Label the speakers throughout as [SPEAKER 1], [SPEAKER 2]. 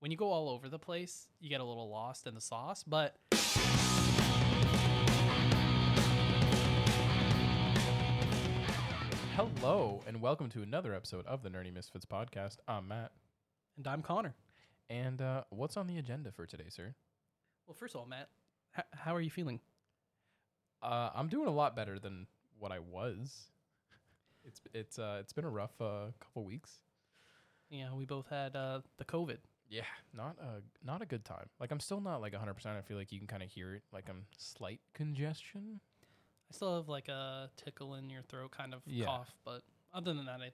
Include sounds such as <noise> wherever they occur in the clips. [SPEAKER 1] When you go all over the place, you get a little lost in the sauce, but
[SPEAKER 2] Hello and welcome to another episode of the Nerdy Misfits podcast. I'm Matt.
[SPEAKER 1] and I'm Connor.
[SPEAKER 2] And uh, what's on the agenda for today, sir?
[SPEAKER 1] Well, first of all, Matt, h- how are you feeling?
[SPEAKER 2] Uh, I'm doing a lot better than what I was. It's it's uh, it's been a rough uh, couple weeks.
[SPEAKER 1] Yeah, we both had uh, the COVID.
[SPEAKER 2] Yeah, not a not a good time. Like I'm still not like 100. percent I feel like you can kind of hear it. Like I'm slight congestion.
[SPEAKER 1] I still have like a tickle in your throat kind of
[SPEAKER 2] Yeah.
[SPEAKER 1] cough, but other than that, I'm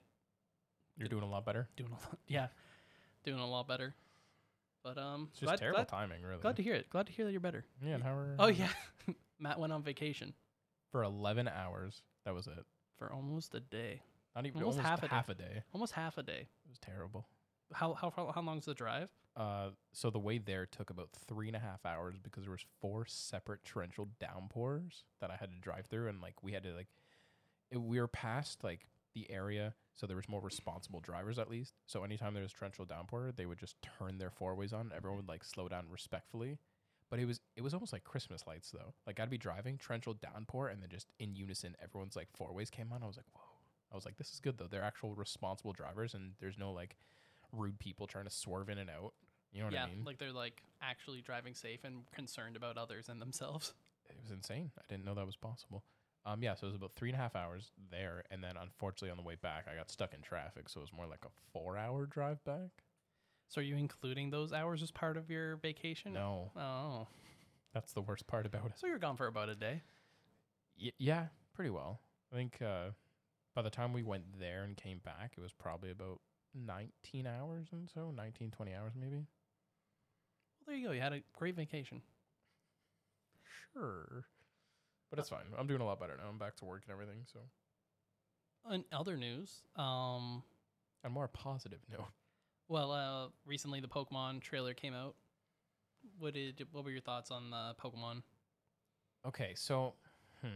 [SPEAKER 2] You're doing a lot better.
[SPEAKER 1] doing a lot. Yeah, doing a lot better. But um,
[SPEAKER 2] It's just
[SPEAKER 1] glad-
[SPEAKER 2] terrible
[SPEAKER 1] glad-
[SPEAKER 2] timing, really.
[SPEAKER 1] Glad to hear it. Glad to hear that you're better.
[SPEAKER 2] yeah, an hour.
[SPEAKER 1] Oh yeah, <laughs> Matt went on vacation
[SPEAKER 2] for 11 hours. That was it.
[SPEAKER 1] for almost a day,
[SPEAKER 2] Not even
[SPEAKER 1] Almost
[SPEAKER 2] almost,
[SPEAKER 1] half a day.
[SPEAKER 2] half a day.
[SPEAKER 1] almost half a day.
[SPEAKER 2] It was terrible.
[SPEAKER 1] How how far, how long's the drive?
[SPEAKER 2] Uh, so the way there took about three and a half hours because there was four separate torrential downpours that I had to drive through, and like we had to like, it, we were past like the area, so there was more responsible drivers at least. So anytime there was torrential downpour, they would just turn their four ways on. and Everyone would like slow down respectfully, but it was it was almost like Christmas lights though. Like I'd be driving torrential downpour, and then just in unison, everyone's like four ways came on. I was like, whoa. I was like, this is good though. They're actual responsible drivers, and there's no like rude people trying to swerve in and out. You know what
[SPEAKER 1] yeah,
[SPEAKER 2] I mean?
[SPEAKER 1] like they're like actually driving safe and concerned about others and themselves.
[SPEAKER 2] it was insane. I didn't know that was possible. Um, yeah, so it was about three and a half hours there, and then unfortunately on the way back, I got stuck in traffic, so it was more like a four-hour drive back.
[SPEAKER 1] So are you including those hours as part of your vacation?
[SPEAKER 2] No,
[SPEAKER 1] Oh,
[SPEAKER 2] that's the worst part about it.
[SPEAKER 1] so you're gone for about a day.
[SPEAKER 2] Y- yeah, pretty well. I think uh, by the time we went there and came back, it was probably about 19 hours and so, 19, 20 hours maybe.
[SPEAKER 1] Well, there you go. You had a great vacation.
[SPEAKER 2] Sure, but it's fine. I'm doing a lot better now. I'm back to work and everything. So,
[SPEAKER 1] In other news, um,
[SPEAKER 2] on a more positive note,
[SPEAKER 1] well, uh, recently the Pokemon trailer came out. What did? What were your thoughts on the Pokemon?
[SPEAKER 2] Okay, so hmm.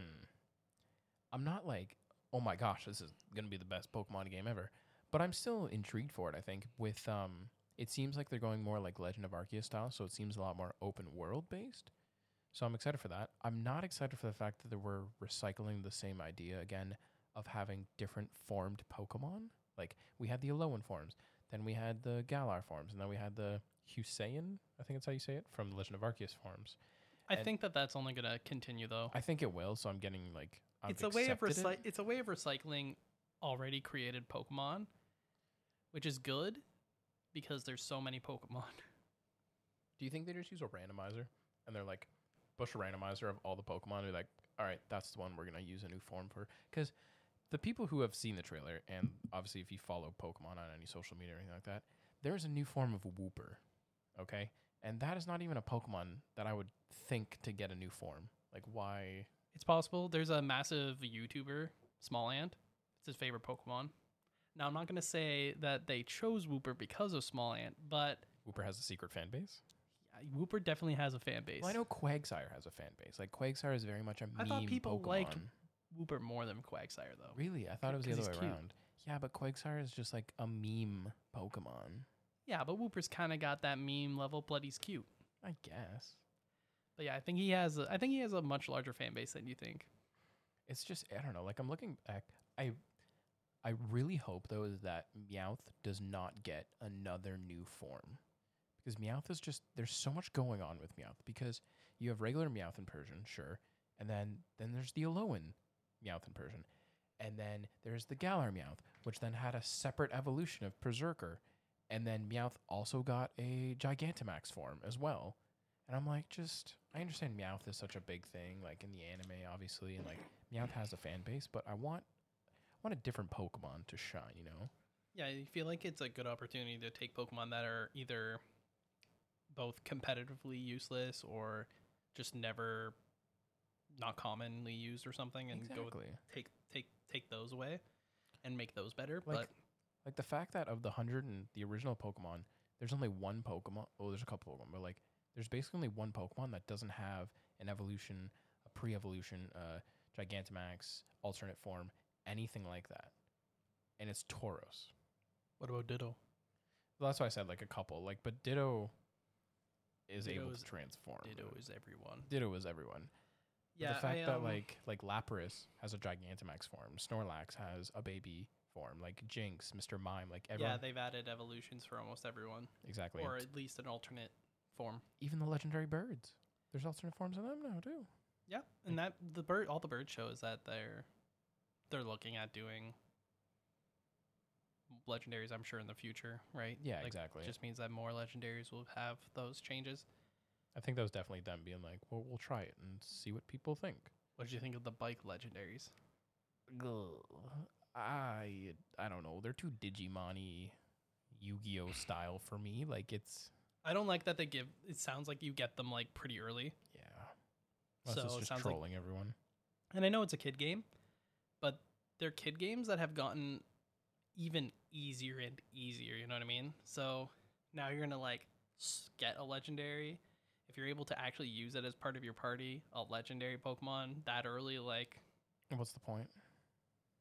[SPEAKER 2] I'm not like, oh my gosh, this is gonna be the best Pokemon game ever. But I'm still intrigued for it, I think. With um it seems like they're going more like Legend of Arceus style, so it seems a lot more open world based. So I'm excited for that. I'm not excited for the fact that they were recycling the same idea again of having different formed Pokemon. Like we had the Alolan forms, then we had the Galar forms, and then we had the Hussein, I think that's how you say it, from Legend of Arceus forms.
[SPEAKER 1] I
[SPEAKER 2] And-
[SPEAKER 1] think that that's only gonna continue though.
[SPEAKER 2] I think it will. So I'm getting like I've
[SPEAKER 1] it's a way of
[SPEAKER 2] accepted
[SPEAKER 1] recy-
[SPEAKER 2] it.
[SPEAKER 1] it's a way of recycling already created Pokemon, which is good because there's so many Pokemon.
[SPEAKER 2] Do you think they just use a randomizer and they're like push a randomizer of all the Pokemon? And be like, all right, that's the one we're gonna use a new form for because the people who have seen the trailer and obviously if you follow Pokemon on any social media or anything like that, there is a new form of Wooper, okay, and that is not even a Pokemon that I would think to get a new form. Like why?
[SPEAKER 1] It's possible. There's a massive YouTuber, Small Ant. It's his favorite Pokemon. Now I'm not gonna say that they chose Wooper because of Small Ant, but
[SPEAKER 2] Wooper has a secret fan base.
[SPEAKER 1] uh, Wooper definitely has a fan base.
[SPEAKER 2] Well, I know Quagsire has a fan base. Like Quagsire is very much a
[SPEAKER 1] I
[SPEAKER 2] meme
[SPEAKER 1] thought people
[SPEAKER 2] Pokemon.
[SPEAKER 1] liked Wooper more than Quagsire though.
[SPEAKER 2] Really? I thought it was the
[SPEAKER 1] 'Cause
[SPEAKER 2] other
[SPEAKER 1] he's
[SPEAKER 2] way
[SPEAKER 1] cute.
[SPEAKER 2] around. Yeah, but Quagsire is just like a meme Pokemon.
[SPEAKER 1] Yeah, but Wooper's kind of got that meme level, but he's cute.
[SPEAKER 2] I guess.
[SPEAKER 1] But yeah, I think he has. A, I think he has a much larger fan base than you think.
[SPEAKER 2] It's just I don't know. Like I'm looking back. I I really hope though is that Meowth does not get another new form. Because Meowth is just there's so much going on with Meowth because you have regular Meowth in Persian, sure. And then then there's the Alolan Meowth in Persian. And then there's the Galar Meowth, which then had a separate evolution of Berserker. And then Meowth also got a Gigantamax form as well. And I'm like, just I understand Meowth is such a big thing, like in the anime, obviously, and like Meowth has a fan base, but I want I want a different Pokemon to shine, you know?
[SPEAKER 1] Yeah, I feel like it's a good opportunity to take Pokemon that are either both competitively useless or just never not commonly used or something, and go
[SPEAKER 2] Exactly.
[SPEAKER 1] take take take those away and make those better.
[SPEAKER 2] Like- Like the fact that of the hundred and the original Pokemon, there's only one Pokemon. Oh, there's a couple of them, but like there's basically only one Pokemon that doesn't have an evolution, a pre-evolution, uh, Gigantamax, alternate form, anything like that. And it's Tauros.
[SPEAKER 1] but what about Ditto?
[SPEAKER 2] Well, that's why I said like a couple. Like, but Ditto is
[SPEAKER 1] Ditto
[SPEAKER 2] able
[SPEAKER 1] is-
[SPEAKER 2] to transform.
[SPEAKER 1] Ditto is everyone.
[SPEAKER 2] Ditto is everyone. But
[SPEAKER 1] Yeah,
[SPEAKER 2] the fact
[SPEAKER 1] I,
[SPEAKER 2] that
[SPEAKER 1] um,
[SPEAKER 2] like like Lapras has a Gigantamax form, Snorlax has a baby form, like Jinx, Mr. Mime, like everyone
[SPEAKER 1] yeah, they've added evolutions for almost everyone,
[SPEAKER 2] exactly.
[SPEAKER 1] or
[SPEAKER 2] and
[SPEAKER 1] at least an alternate form.
[SPEAKER 2] Even the legendary birds. There's alternate forms of them now too.
[SPEAKER 1] Yeah, and that the bird, all the bird shows that they're they're looking at doing legendaries. I'm sure in the future, right?
[SPEAKER 2] Yeah,
[SPEAKER 1] Like,
[SPEAKER 2] exactly.
[SPEAKER 1] Just means that more legendaries will have those changes.
[SPEAKER 2] I think that was definitely them being like, well, we'll try it and see what people think.
[SPEAKER 1] What did you think of the bike legendaries?
[SPEAKER 2] I I don't know. They're too Digimon-y, Yu-Gi-Oh style for me. Like it's
[SPEAKER 1] I don't like that they give. It sounds like you get them like pretty early,
[SPEAKER 2] yeah. Unless
[SPEAKER 1] So it
[SPEAKER 2] it's just
[SPEAKER 1] sounds like-
[SPEAKER 2] trolling everyone.
[SPEAKER 1] and I know it's a kid game, but they're kid games that have gotten even easier and easier. You know what I mean? So now you're gonna like s- get a legendary. If you're able to actually use it as part of your party, a legendary Pokemon that early, like
[SPEAKER 2] And What's the point?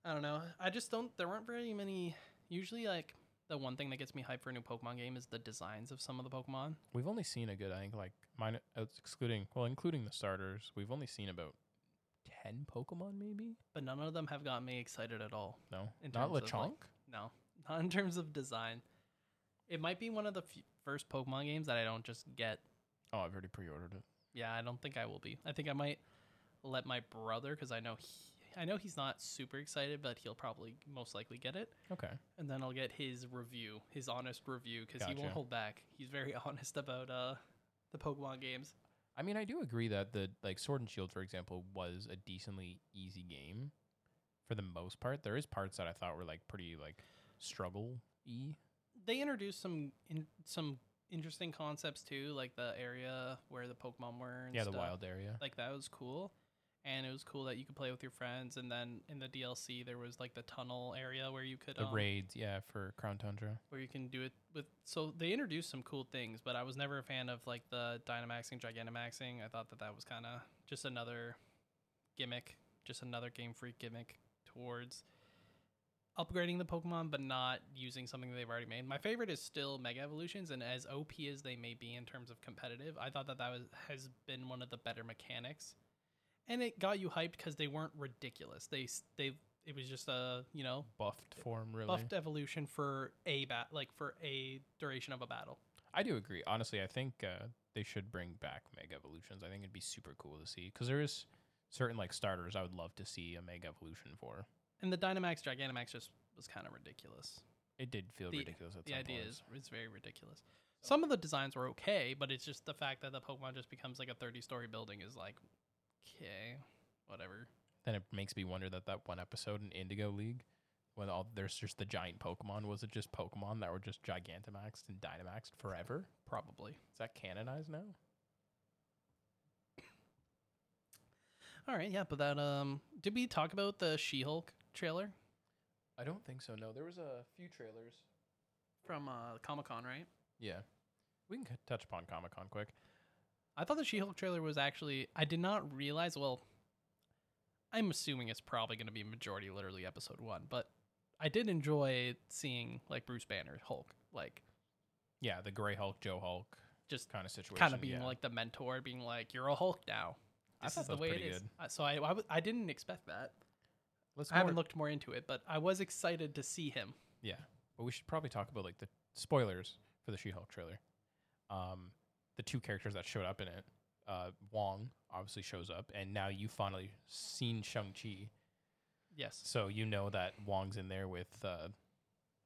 [SPEAKER 1] I don't know. I just don't. There weren't very many. Usually, like the one thing that gets me hyped for a new Pokemon game is the designs of some of the Pokemon.
[SPEAKER 2] We've only seen a good, I think, like mine, uh, excluding, well, including the starters, we've only seen about 10 Pokemon, maybe?
[SPEAKER 1] but none of them have gotten me excited at all.
[SPEAKER 2] No.
[SPEAKER 1] In
[SPEAKER 2] Not
[SPEAKER 1] terms of,
[SPEAKER 2] Lechonk?
[SPEAKER 1] like- No, <laughs> not in terms of design. It might be one of the f- first Pokemon games that I don't just get.
[SPEAKER 2] oh, I've already pre ordered it.
[SPEAKER 1] Yeah, I don't think I will be. I think I might let my brother because I know he, I know he's not super excited, but he'll probably most likely get it,
[SPEAKER 2] Okay.
[SPEAKER 1] and then I'll get his review, his honest review, because he
[SPEAKER 2] Gotcha.
[SPEAKER 1] won't hold back. He's very <laughs> honest about uh the Pokemon games.
[SPEAKER 2] I mean, I do agree that the, like, Sword and Shield, for example, was a decently easy game for the most part. There is parts that I thought were, like, pretty, like, struggle y.
[SPEAKER 1] They introduced some in, some interesting concepts too, like the area where the Pokemon were. And
[SPEAKER 2] Yeah, the
[SPEAKER 1] stuff.
[SPEAKER 2] wild area.
[SPEAKER 1] like that was cool and it was cool that you could play with your friends and then in the dlc there was like the tunnel area where you could
[SPEAKER 2] The
[SPEAKER 1] um,
[SPEAKER 2] raids, yeah, for Crown Tundra.
[SPEAKER 1] where you can do it with so they introduced some cool things but i was never a fan of like the dynamaxing gigantamaxing i thought that that was kind of just another gimmick just another game freak gimmick towards upgrading the pokemon but not using something that they've already made my favorite is still mega evolutions and as op as they may be in terms of competitive i thought that that was, has been one of the better mechanics and it got you hyped because they weren't ridiculous they s- they it was just a you know
[SPEAKER 2] Buffed form, really.
[SPEAKER 1] buffed evolution for a bat like for a duration of a battle.
[SPEAKER 2] I do agree. Honestly, I think uh, they should bring back Mega Evolutions. I think it'd be super cool to see because there is certain like starters I would love to see a Mega Evolution for.
[SPEAKER 1] And the Dynamax Gigantamax just was kind of ridiculous.
[SPEAKER 2] It did feel
[SPEAKER 1] The-
[SPEAKER 2] ridiculous at
[SPEAKER 1] the
[SPEAKER 2] some
[SPEAKER 1] idea
[SPEAKER 2] points.
[SPEAKER 1] is is very ridiculous. Some of the designs were okay, but it's just the fact that the Pokemon just becomes like a thirty-story building is like, okay, whatever.
[SPEAKER 2] Then it makes me wonder that that one episode in Indigo League when all there's just the giant Pokemon was it just Pokemon that were just Gigantamaxed and Dynamaxed forever?
[SPEAKER 1] Probably.
[SPEAKER 2] Is that canonized now?
[SPEAKER 1] All right, yeah, but that um, did we talk about the She-Hulk trailer
[SPEAKER 2] I don't think so. No, there was a few trailers.
[SPEAKER 1] from uh, Comic Con, right?
[SPEAKER 2] Yeah, we can c- touch upon Comic Con quick.
[SPEAKER 1] I thought the She-Hulk trailer was actually. I did not realize. Well, I'm assuming it's probably going to be majority literally episode one, but I did enjoy seeing like Bruce Banner Hulk, like
[SPEAKER 2] Yeah, the Gray Hulk, Joe Hulk
[SPEAKER 1] just
[SPEAKER 2] kind of situation.
[SPEAKER 1] kind of being
[SPEAKER 2] yeah.
[SPEAKER 1] like the mentor, being like, "You're a Hulk now.
[SPEAKER 2] I
[SPEAKER 1] This
[SPEAKER 2] thought
[SPEAKER 1] is the
[SPEAKER 2] that was
[SPEAKER 1] way it
[SPEAKER 2] pretty
[SPEAKER 1] is."
[SPEAKER 2] good.
[SPEAKER 1] Uh, So I, I, w- I didn't expect that.
[SPEAKER 2] Let's
[SPEAKER 1] I haven't
[SPEAKER 2] more-
[SPEAKER 1] looked more into it, but I was excited to see him.
[SPEAKER 2] Yeah, but we should probably talk about like the spoilers for the She-Hulk trailer. Um, the two characters that showed up in it, uh, Wong obviously shows up, and now you finally seen Shang Chi,
[SPEAKER 1] Yes,
[SPEAKER 2] so you know that Wong's in there with uh,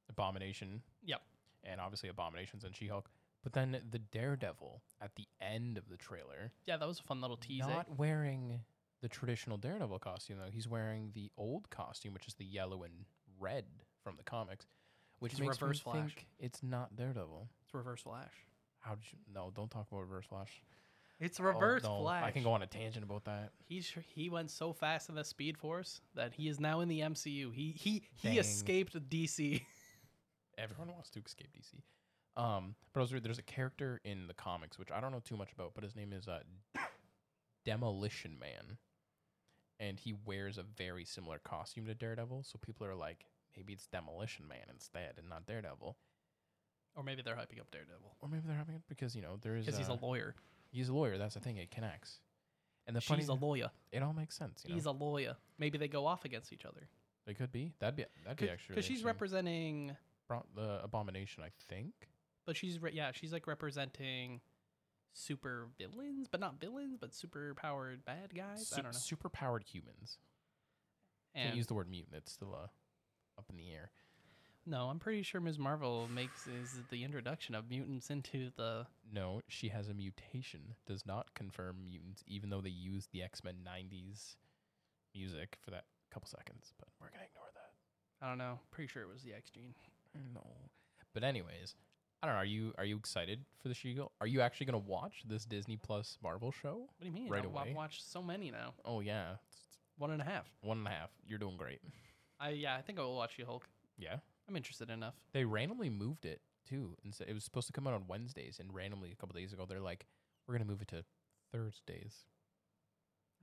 [SPEAKER 2] Abomination.
[SPEAKER 1] Yep.
[SPEAKER 2] and obviously Abomination's in She-Hulk. But then the Daredevil at the end of the trailer,
[SPEAKER 1] yeah, that was a fun little tease. eh?
[SPEAKER 2] not wearing the traditional Daredevil costume though, he's wearing the old costume, which is the yellow and red from the comics, which
[SPEAKER 1] It's
[SPEAKER 2] makes
[SPEAKER 1] Reverse
[SPEAKER 2] me
[SPEAKER 1] Flash.
[SPEAKER 2] think it's not Daredevil.
[SPEAKER 1] It's Reverse Flash.
[SPEAKER 2] How did you? No, don't talk about Reverse Flash.
[SPEAKER 1] It's
[SPEAKER 2] Oh,
[SPEAKER 1] Reverse
[SPEAKER 2] no,
[SPEAKER 1] Flash.
[SPEAKER 2] I can go on a tangent about that.
[SPEAKER 1] He sh- he went so fast in the Speed Force that he is now in the MCU. He he he
[SPEAKER 2] Dang.
[SPEAKER 1] escaped DC.
[SPEAKER 2] Everyone wants to escape DC. Um, but I was reading, there's a character in the comics which I don't know too much about, but his name is uh, Demolition Man, and he wears a very similar costume to Daredevil. So people are like, maybe it's Demolition Man instead and not Daredevil.
[SPEAKER 1] <laughs> Or maybe they're hyping up Daredevil
[SPEAKER 2] or maybe they're having it because you know there is
[SPEAKER 1] because he's a
[SPEAKER 2] uh,
[SPEAKER 1] lawyer.
[SPEAKER 2] he's a lawyer. That's the thing. It connects, and the funny
[SPEAKER 1] She's a lawyer.
[SPEAKER 2] it all makes sense. You know,
[SPEAKER 1] He's a lawyer. Maybe they go off against each other
[SPEAKER 2] it could be that'd be that'd be actually
[SPEAKER 1] because she's
[SPEAKER 2] interesting.
[SPEAKER 1] representing.
[SPEAKER 2] Bro- the abomination. I think
[SPEAKER 1] But she's re- yeah, she's like representing super villains, but not villains, but super powered bad guys. I
[SPEAKER 2] Su-
[SPEAKER 1] don't know.
[SPEAKER 2] super powered humans. Can't
[SPEAKER 1] And
[SPEAKER 2] use the word mutant. It's still uh, up in the air.
[SPEAKER 1] no, I'm pretty sure Ms. Marvel makes is the introduction of mutants into the
[SPEAKER 2] No, she has a mutation. Does not confirm mutants, even though they used the X Men '90s music for that couple seconds. But we're gonna ignore that.
[SPEAKER 1] I don't know. Pretty sure it was the X gene.
[SPEAKER 2] No. But anyways, I don't know. Are you are you excited for the She Girl? Are you actually gonna watch this Disney Plus Marvel show?
[SPEAKER 1] What do you mean?
[SPEAKER 2] Right
[SPEAKER 1] I've, I've
[SPEAKER 2] away.
[SPEAKER 1] watched so many now.
[SPEAKER 2] Oh yeah, it's
[SPEAKER 1] One and a half.
[SPEAKER 2] one and a half. You're doing great.
[SPEAKER 1] I yeah, I think I will watch you Hulk.
[SPEAKER 2] Yeah.
[SPEAKER 1] I'm interested enough.
[SPEAKER 2] They randomly moved it too, and so it was supposed to come out on Wednesdays, and randomly a couple days ago they're like, we're gonna move it to Thursdays.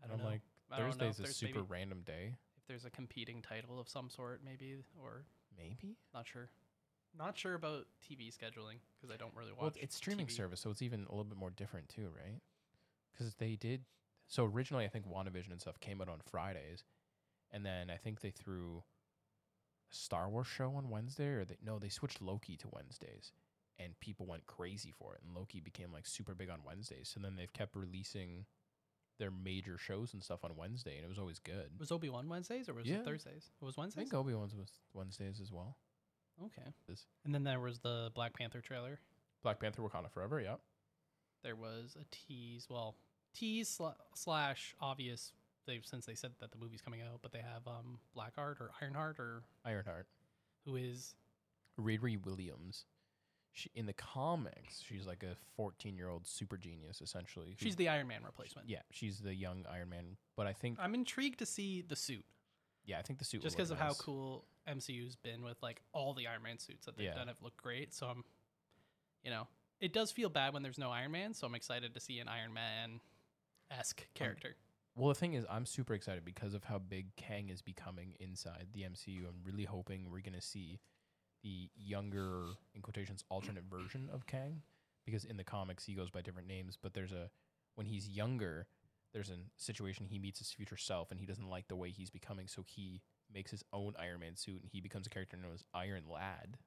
[SPEAKER 1] I don't
[SPEAKER 2] and I'm
[SPEAKER 1] know.
[SPEAKER 2] like,
[SPEAKER 1] I don't know
[SPEAKER 2] Thursday's
[SPEAKER 1] if
[SPEAKER 2] a
[SPEAKER 1] there's
[SPEAKER 2] super
[SPEAKER 1] maybe-
[SPEAKER 2] random day.
[SPEAKER 1] If there's a competing title of some sort, maybe or
[SPEAKER 2] Maybe.
[SPEAKER 1] not sure. Not sure about TV scheduling because I don't really watch.
[SPEAKER 2] Well, it's streaming
[SPEAKER 1] TV.
[SPEAKER 2] service, so it's even a little bit more different too, right? Because they did. So originally, I think WandaVision and stuff came out on Fridays, and then I think they threw a Star Wars show on Wednesday, or they no, they switched Loki to Wednesdays, and people went crazy for it, and Loki became like super big on Wednesdays. So then they've kept releasing their major shows and stuff on Wednesday, and it was always good.
[SPEAKER 1] Was Obi Wan Wednesdays or was
[SPEAKER 2] Yeah.
[SPEAKER 1] it Thursdays? It was
[SPEAKER 2] I
[SPEAKER 1] Wednesdays.
[SPEAKER 2] think Obi Wan's was Wednesdays as well.
[SPEAKER 1] okay.
[SPEAKER 2] This-
[SPEAKER 1] And then there was the Black Panther trailer.
[SPEAKER 2] Black Panther: Wakanda Forever, yeah.
[SPEAKER 1] There was a tease. Well, tease sla- slash obvious. They've since they said that the movie's coming out, but they have um Blackheart or Ironheart or
[SPEAKER 2] Ironheart.
[SPEAKER 1] who is
[SPEAKER 2] Riri Williams. She, in the comics, she's like a 14 year old super genius, essentially. who-
[SPEAKER 1] she's the Iron Man replacement.
[SPEAKER 2] yeah, she's the young Iron Man. But I think,
[SPEAKER 1] I'm intrigued to see the suit
[SPEAKER 2] yeah, I think the suit
[SPEAKER 1] just
[SPEAKER 2] will look
[SPEAKER 1] because of how
[SPEAKER 2] nice.
[SPEAKER 1] cool MCU's been with like all the Iron Man suits that they've
[SPEAKER 2] Yeah.
[SPEAKER 1] done have looked great. So I'm, you know, it does feel bad when there's no Iron Man. So I'm excited to see an Iron Man esque character.
[SPEAKER 2] Well, the thing is, I'm super excited because of how big Kang is becoming inside the MCU. I'm really hoping we're gonna see the younger, in quotations, alternate version of Kang, because in the comics he goes by different names. But there's a when he's younger, there's a situation he meets his future self, and he doesn't like the way he's becoming, so he makes his own Iron Man suit, and he becomes a character known as Iron Lad,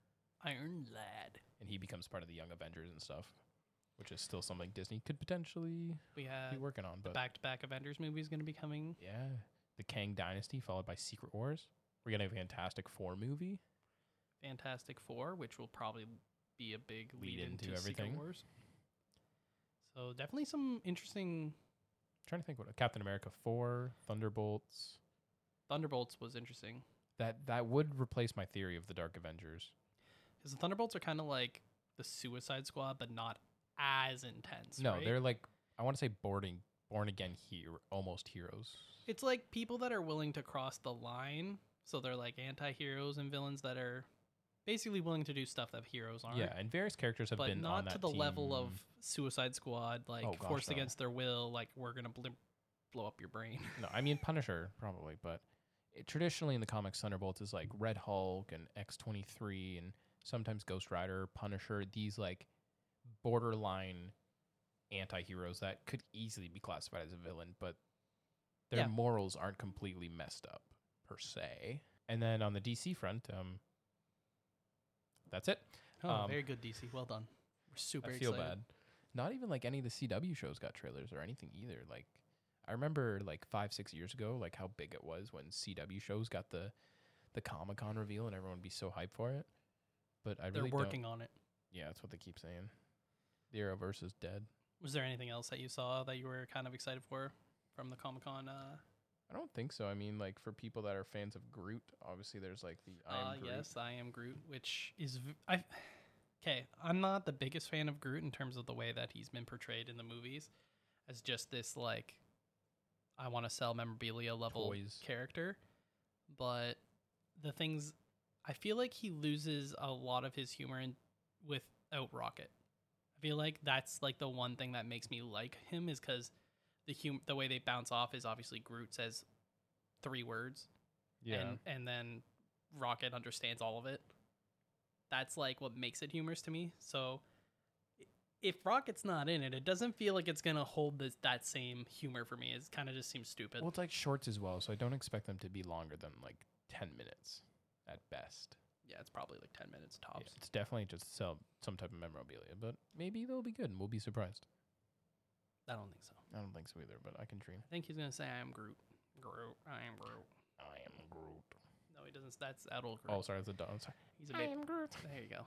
[SPEAKER 1] Iron Lad.
[SPEAKER 2] and he becomes part of the Young Avengers and stuff, which is still something Disney could potentially
[SPEAKER 1] We
[SPEAKER 2] be
[SPEAKER 1] have
[SPEAKER 2] working on.
[SPEAKER 1] the
[SPEAKER 2] But
[SPEAKER 1] back to back Avengers movie is going to be coming.
[SPEAKER 2] yeah. The Kang Dynasty followed by Secret Wars. We're getting a Fantastic Four movie.
[SPEAKER 1] Fantastic Four, which will probably be a big lead,
[SPEAKER 2] Lead into
[SPEAKER 1] into,
[SPEAKER 2] everything.
[SPEAKER 1] Secret Wars. So definitely some interesting.
[SPEAKER 2] trying to think what Captain America 4, Thunderbolts.
[SPEAKER 1] Thunderbolts was interesting.
[SPEAKER 2] That that would replace my theory of the Dark Avengers.
[SPEAKER 1] Because the Thunderbolts are kind of like the Suicide Squad, but not as intense.
[SPEAKER 2] no,
[SPEAKER 1] right?
[SPEAKER 2] they're like I want to say boarding born again hero almost heroes.
[SPEAKER 1] It's like people that are willing to cross the line. So they're like anti heroes and villains that are basically willing to do stuff that heroes aren't.
[SPEAKER 2] Yeah, and various characters have
[SPEAKER 1] But
[SPEAKER 2] been on
[SPEAKER 1] not to
[SPEAKER 2] that
[SPEAKER 1] the level of
[SPEAKER 2] team.
[SPEAKER 1] Suicide Squad, like
[SPEAKER 2] Oh, gosh,
[SPEAKER 1] forced
[SPEAKER 2] no.
[SPEAKER 1] against their will, like we're going to bl- blow up your brain. <laughs>
[SPEAKER 2] No, I mean Punisher probably, but it, traditionally in the comics, Thunderbolts is like Red Hulk and X twenty three, and sometimes Ghost Rider, Punisher. These like borderline anti-heroes that could easily be classified as a villain, but their
[SPEAKER 1] Yeah.
[SPEAKER 2] morals aren't completely messed up per se. And then on the DC front, um, that's it.
[SPEAKER 1] Oh,
[SPEAKER 2] Um,
[SPEAKER 1] very good, DC. Well done. We're super
[SPEAKER 2] I feel
[SPEAKER 1] excited.
[SPEAKER 2] bad. Not even like any of the CW shows got trailers or anything either. Like I remember like five, six years ago, like how big it was when CW shows got the the Comic Con reveal and everyone would be so hyped for it. But I
[SPEAKER 1] They're
[SPEAKER 2] really
[SPEAKER 1] working
[SPEAKER 2] Don't,
[SPEAKER 1] on it.
[SPEAKER 2] yeah, that's what they keep saying. The Arrowverse is dead.
[SPEAKER 1] Was there anything else that you saw that you were kind of excited for from the Comic Con? Uh,
[SPEAKER 2] I don't think so. I mean, like for people that are fans of Groot, obviously there's like the I am
[SPEAKER 1] Uh,
[SPEAKER 2] Groot.
[SPEAKER 1] yes, I am Groot, which is v- I. Okay, I'm not the biggest fan of Groot in terms of the way that he's been portrayed in the movies, as just this like, I want to sell memorabilia level
[SPEAKER 2] Toys.
[SPEAKER 1] character, but the things I feel like he loses a lot of his humor in, without Rocket. I feel like that's like the one thing that makes me like him is because the hum- the way they bounce off is obviously Groot says three words
[SPEAKER 2] Yeah.
[SPEAKER 1] and and then Rocket understands all of it. That's like what makes it humorous to me. So i- if Rocket's not in it, it doesn't feel like it's gonna hold this, that same humor for me. It kind of just seems stupid.
[SPEAKER 2] Well, it's like shorts as well, so I don't expect them to be longer than like ten minutes at best.
[SPEAKER 1] yeah, it's probably like ten minutes
[SPEAKER 2] Yeah,
[SPEAKER 1] tops.
[SPEAKER 2] it's definitely just some some type of memorabilia, but maybe they'll be good and we'll be surprised.
[SPEAKER 1] I don't think so.
[SPEAKER 2] I don't think so either, but I can dream.
[SPEAKER 1] I think he's gonna say, "I am Groot." Groot. I am Groot.
[SPEAKER 2] I am Groot.
[SPEAKER 1] No, he doesn't. That's that old Groot.
[SPEAKER 2] Oh, sorry, that's a dog. I'm sorry.
[SPEAKER 1] he's a bit.
[SPEAKER 2] Groot.
[SPEAKER 1] <laughs> There you go.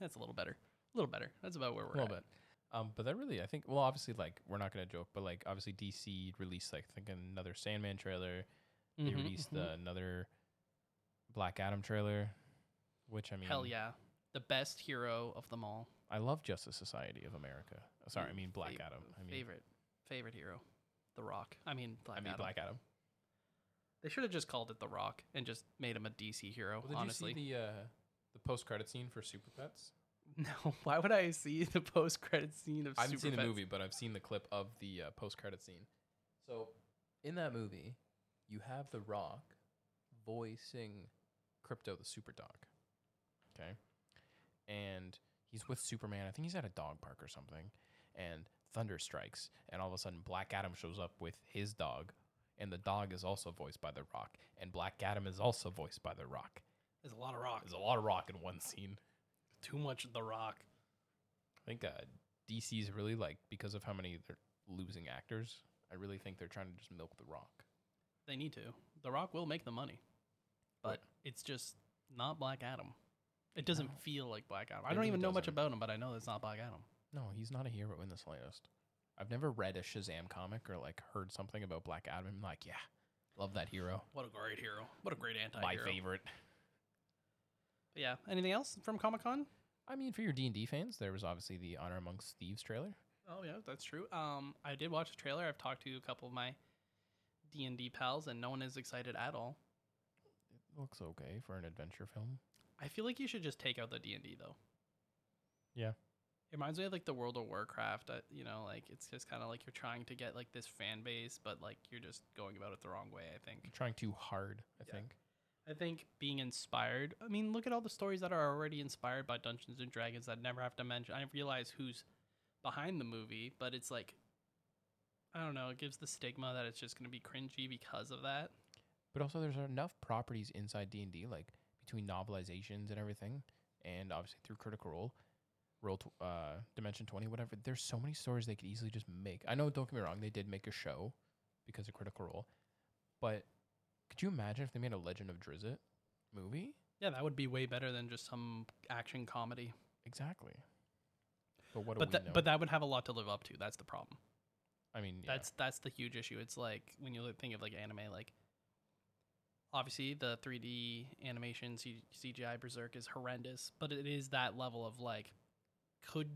[SPEAKER 1] That's a little better. A little better. That's about where we're
[SPEAKER 2] A little
[SPEAKER 1] at.
[SPEAKER 2] bit. Um, but that really, I think, well, obviously, like we're not gonna joke, but like obviously, DC released like I think another Sandman trailer. They
[SPEAKER 1] Mhm,
[SPEAKER 2] released
[SPEAKER 1] mhm.
[SPEAKER 2] uh, another Black Adam trailer, which I mean,
[SPEAKER 1] Hell yeah. The best hero of them all.
[SPEAKER 2] I love Justice Society of America. Uh, Sorry, I
[SPEAKER 1] Mm,
[SPEAKER 2] mean Black
[SPEAKER 1] fav-
[SPEAKER 2] Adam. I mean,
[SPEAKER 1] favorite. Favorite hero. The Rock. I mean Black
[SPEAKER 2] I mean
[SPEAKER 1] Adam.
[SPEAKER 2] Black Adam.
[SPEAKER 1] They should have just called it The Rock and just made him a DC hero,
[SPEAKER 2] Well, did
[SPEAKER 1] honestly.
[SPEAKER 2] you see the uh, the post credit scene for Super Pets?
[SPEAKER 1] <laughs> No, why would I see <laughs> the post credit scene of
[SPEAKER 2] I haven't seen the
[SPEAKER 1] Superfets?
[SPEAKER 2] movie, but I've seen the clip of the uh, post credit scene. So, in that movie, you have The Rock voicing Crypto the Super Dog. Okay, and he's with Superman. I think he's at a dog park or something, and thunder strikes, and all of a sudden Black Adam shows up with his dog. And the dog is also voiced by The Rock, and Black Adam is also voiced by The Rock.
[SPEAKER 1] There's a lot of Rock.
[SPEAKER 2] There's a lot of Rock in one scene.
[SPEAKER 1] Too much of The Rock.
[SPEAKER 2] I think uh, DC's really like because of how many they're losing actors. I really think they're trying to just milk the rock.
[SPEAKER 1] They need to. The Rock will make the money. But it's just not Black Adam. It doesn't
[SPEAKER 2] No.
[SPEAKER 1] feel like Black Adam. I
[SPEAKER 2] It
[SPEAKER 1] don't
[SPEAKER 2] really
[SPEAKER 1] even know much
[SPEAKER 2] doesn't.
[SPEAKER 1] about him, but I know that's not Black Adam.
[SPEAKER 2] No, he's not a hero in the slightest. I've never read a Shazam comic or like heard something about Black Adam. and like, yeah, love that hero.
[SPEAKER 1] What a great hero. What a great anti
[SPEAKER 2] My favorite.
[SPEAKER 1] Yeah. Anything else from Comic Con?
[SPEAKER 2] I mean, for your D and D fans, there was obviously the Honor Amongst Thieves trailer.
[SPEAKER 1] Oh yeah, that's true. Um, I did watch the trailer. I've talked to a couple of my D and D pals, and no one is excited at all.
[SPEAKER 2] Looks okay for an adventure film.
[SPEAKER 1] I feel like you should just take out the D and D though.
[SPEAKER 2] Yeah.
[SPEAKER 1] it reminds me of like the World of Warcraft. Uh, you know, like it's just kind of like you're trying to get like this fan base, but like you're just going about it the wrong way. I think.
[SPEAKER 2] trying too hard, I
[SPEAKER 1] Yeah.
[SPEAKER 2] think.
[SPEAKER 1] I think being inspired. I mean, look at all the stories that are already inspired by Dungeons and Dragons. I'd never have to mention. I realize who's behind the movie, but it's like. I don't know. It gives the stigma that it's just going to be cringy because of that.
[SPEAKER 2] But also, there's enough properties inside D and D, like between novelizations and everything, and obviously through Critical Role, Roll, tw- uh, Dimension Twenty, whatever. There's so many stories they could easily just make. I know, don't get me wrong, they did make a show because of Critical Role, but could you imagine if they made a Legend of Drizzt movie?
[SPEAKER 1] Yeah, that would be way better than just some action comedy.
[SPEAKER 2] Exactly. But what?
[SPEAKER 1] but
[SPEAKER 2] do
[SPEAKER 1] that
[SPEAKER 2] we know?
[SPEAKER 1] but that would have a lot to live up to. That's the problem.
[SPEAKER 2] I mean, yeah.
[SPEAKER 1] That's that's the huge issue. It's like when you look- think of like anime, like obviously the 3D animation C- CGI Berserk is horrendous, but it is that level of like, could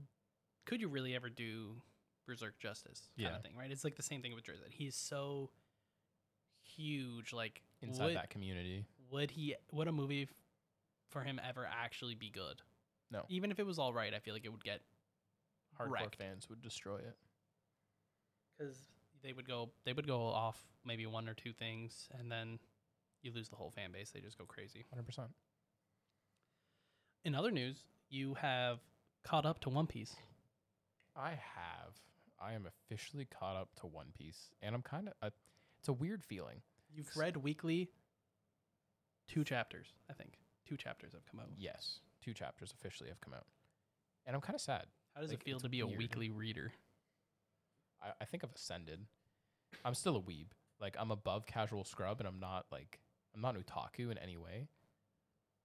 [SPEAKER 1] could you really ever do Berserk justice kind
[SPEAKER 2] Yeah.
[SPEAKER 1] of thing, right? It's like the same thing with Drizzt. He's so huge, like
[SPEAKER 2] inside
[SPEAKER 1] would,
[SPEAKER 2] that community.
[SPEAKER 1] would he would a movie f- for him ever actually be good
[SPEAKER 2] No.
[SPEAKER 1] even if it was all right i feel like it would get
[SPEAKER 2] Hardcore
[SPEAKER 1] wrecked.
[SPEAKER 2] fans would destroy it.
[SPEAKER 1] because they would go they would go off maybe one or two things and then you lose the whole fan base they just go crazy
[SPEAKER 2] Hundred percent.
[SPEAKER 1] in other news you have caught up to one piece
[SPEAKER 2] I have. I am officially caught up to One Piece, and I'm kind of. Uh, it's a weird feeling.
[SPEAKER 1] you've
[SPEAKER 2] S-
[SPEAKER 1] read weekly two chapters i think two chapters have come out
[SPEAKER 2] Yes, two chapters officially have come out, and I'm kind of sad.
[SPEAKER 1] how does
[SPEAKER 2] Like,
[SPEAKER 1] it feel
[SPEAKER 2] it's
[SPEAKER 1] to be a
[SPEAKER 2] weird.
[SPEAKER 1] weekly reader
[SPEAKER 2] I, I think I've ascended. I'm still a weeb. Like I'm above casual scrub, and I'm not like I'm not an otaku in any way.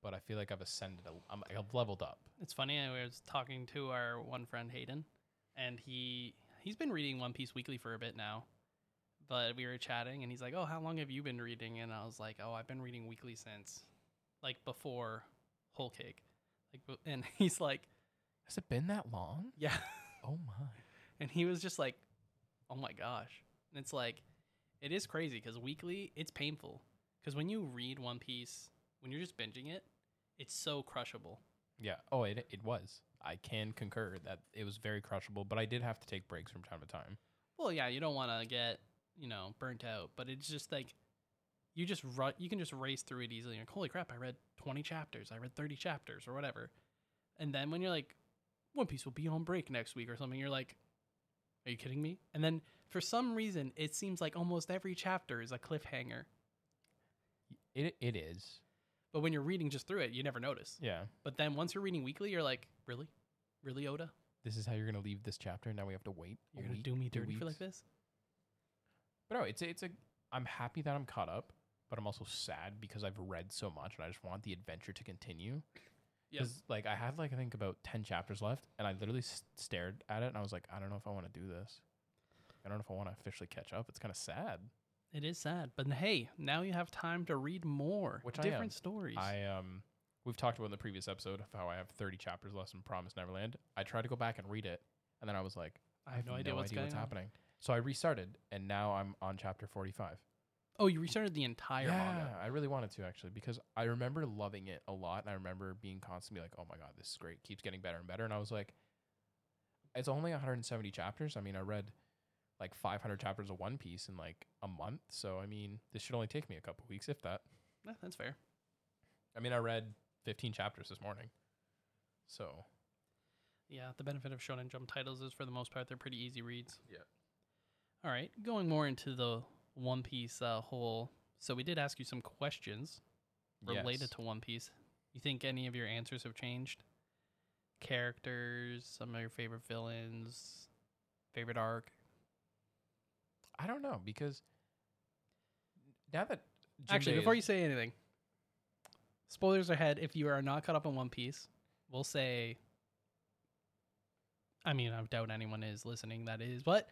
[SPEAKER 2] But I feel like I've ascended. A, I'm, I've leveled up.
[SPEAKER 1] It's funny. I was talking to our one friend Hayden, and he he's been reading One Piece weekly for a bit now. But we were chatting, and he's like, "Oh, how long have you been reading?" And I was like, "Oh, I've been reading weekly since, like before Whole Cake." Like, bu- and <laughs> he's like,
[SPEAKER 2] Has it been that long?
[SPEAKER 1] "Yeah,"
[SPEAKER 2] Oh my!
[SPEAKER 1] <laughs> and he was just like, "Oh my gosh!" And it's like, it is crazy because weekly, it's painful because when you read One Piece, when you're just binging it, it's so crushable.
[SPEAKER 2] Yeah. Oh, it it was. I can concur that it was very crushable, but I did have to take breaks from time to time.
[SPEAKER 1] Well, yeah, you don't want to get, you know, burnt out, but it's just like you just ru- you can just race through it easily. You're like, holy crap, I read 20 chapters, I read 30 chapters, or whatever. And then when you're like, One Piece will be on break next week or something, you're like, are you kidding me? And then for some reason, it seems like almost every chapter is a cliffhanger.
[SPEAKER 2] It it is.
[SPEAKER 1] But when you're reading just through it, you never notice.
[SPEAKER 2] Yeah.
[SPEAKER 1] But then once you're reading weekly, you're like, really, really Oda,
[SPEAKER 2] This is how you're gonna leave this chapter. Now we have to wait. a
[SPEAKER 1] you're gonna
[SPEAKER 2] week,
[SPEAKER 1] do me
[SPEAKER 2] two
[SPEAKER 1] dirty for
[SPEAKER 2] weeks?
[SPEAKER 1] like this.
[SPEAKER 2] But no, it's a- it's a. I'm happy that I'm caught up, but I'm also sad because I've read so much and I just want the adventure to continue.
[SPEAKER 1] Yep.
[SPEAKER 2] Because like I had like I think about ten chapters left, and I literally s- stared at it and I was like, I don't know if I want to do this. I don't know if I want to officially catch up. It's kind of sad.
[SPEAKER 1] It is sad, but hey, now you have time to read more,
[SPEAKER 2] Which I
[SPEAKER 1] different
[SPEAKER 2] am.
[SPEAKER 1] stories.
[SPEAKER 2] I um, we've talked about in the previous episode of how I have 30 chapters left in Promise Neverland. I tried to go back and read it, and then I was like, I have no, idea what's,
[SPEAKER 1] going on.
[SPEAKER 2] happening. So I restarted, and now I'm on chapter 45.
[SPEAKER 1] Oh, you restarted the entire manga.
[SPEAKER 2] I really wanted to actually because I remember loving it a lot, and I remember being constantly like, "Oh my god, this is great! Keeps getting better and better." And I was like, "It's only 170 chapters. I mean, I read like 500 chapters of One Piece in like a month, so I mean, this should only take me a couple weeks, if that."
[SPEAKER 1] Yeah, that's fair.
[SPEAKER 2] I mean, I read 15 chapters this morning. So,
[SPEAKER 1] Yeah, the benefit of Shonen Jump titles is for the most part they're pretty easy reads.
[SPEAKER 2] Yeah.
[SPEAKER 1] All right, going more into the One Piece uh, whole. So we did ask you some questions related
[SPEAKER 2] yes.
[SPEAKER 1] to One Piece. You think any of your answers have changed? Characters, some of your favorite villains, favorite arc.
[SPEAKER 2] I don't know because now that
[SPEAKER 1] Actually,
[SPEAKER 2] Jinbei
[SPEAKER 1] before you
[SPEAKER 2] is-
[SPEAKER 1] say anything, spoilers ahead. If you are not caught up on One Piece, we'll say. I mean, I doubt anyone is listening. That is, but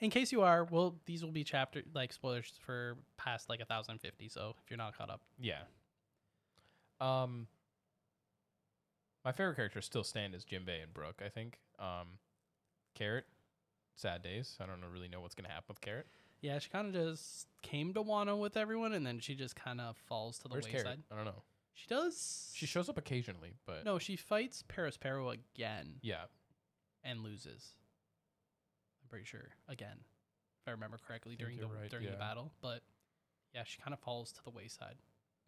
[SPEAKER 1] in case you are, well, these will be chapter like spoilers for past like a thousand fifty. So if you're not caught up,
[SPEAKER 2] yeah, um, my favorite characters still stand as Jinbei and Brooke. I think um, Carrot, sad days. I don't know, really know what's gonna happen with Carrot.
[SPEAKER 1] yeah, she kind of just came to Wano with everyone, and then she just kind of falls to the
[SPEAKER 2] Where's
[SPEAKER 1] wayside.
[SPEAKER 2] Carrot? I don't know.
[SPEAKER 1] She does.
[SPEAKER 2] She shows up occasionally, but
[SPEAKER 1] no. She fights Paris Perro again
[SPEAKER 2] yeah,
[SPEAKER 1] and loses. I'm pretty sure again, if I remember correctly
[SPEAKER 2] think
[SPEAKER 1] during the
[SPEAKER 2] you're right,
[SPEAKER 1] during
[SPEAKER 2] yeah.
[SPEAKER 1] the battle. But yeah, she kind of falls to the wayside.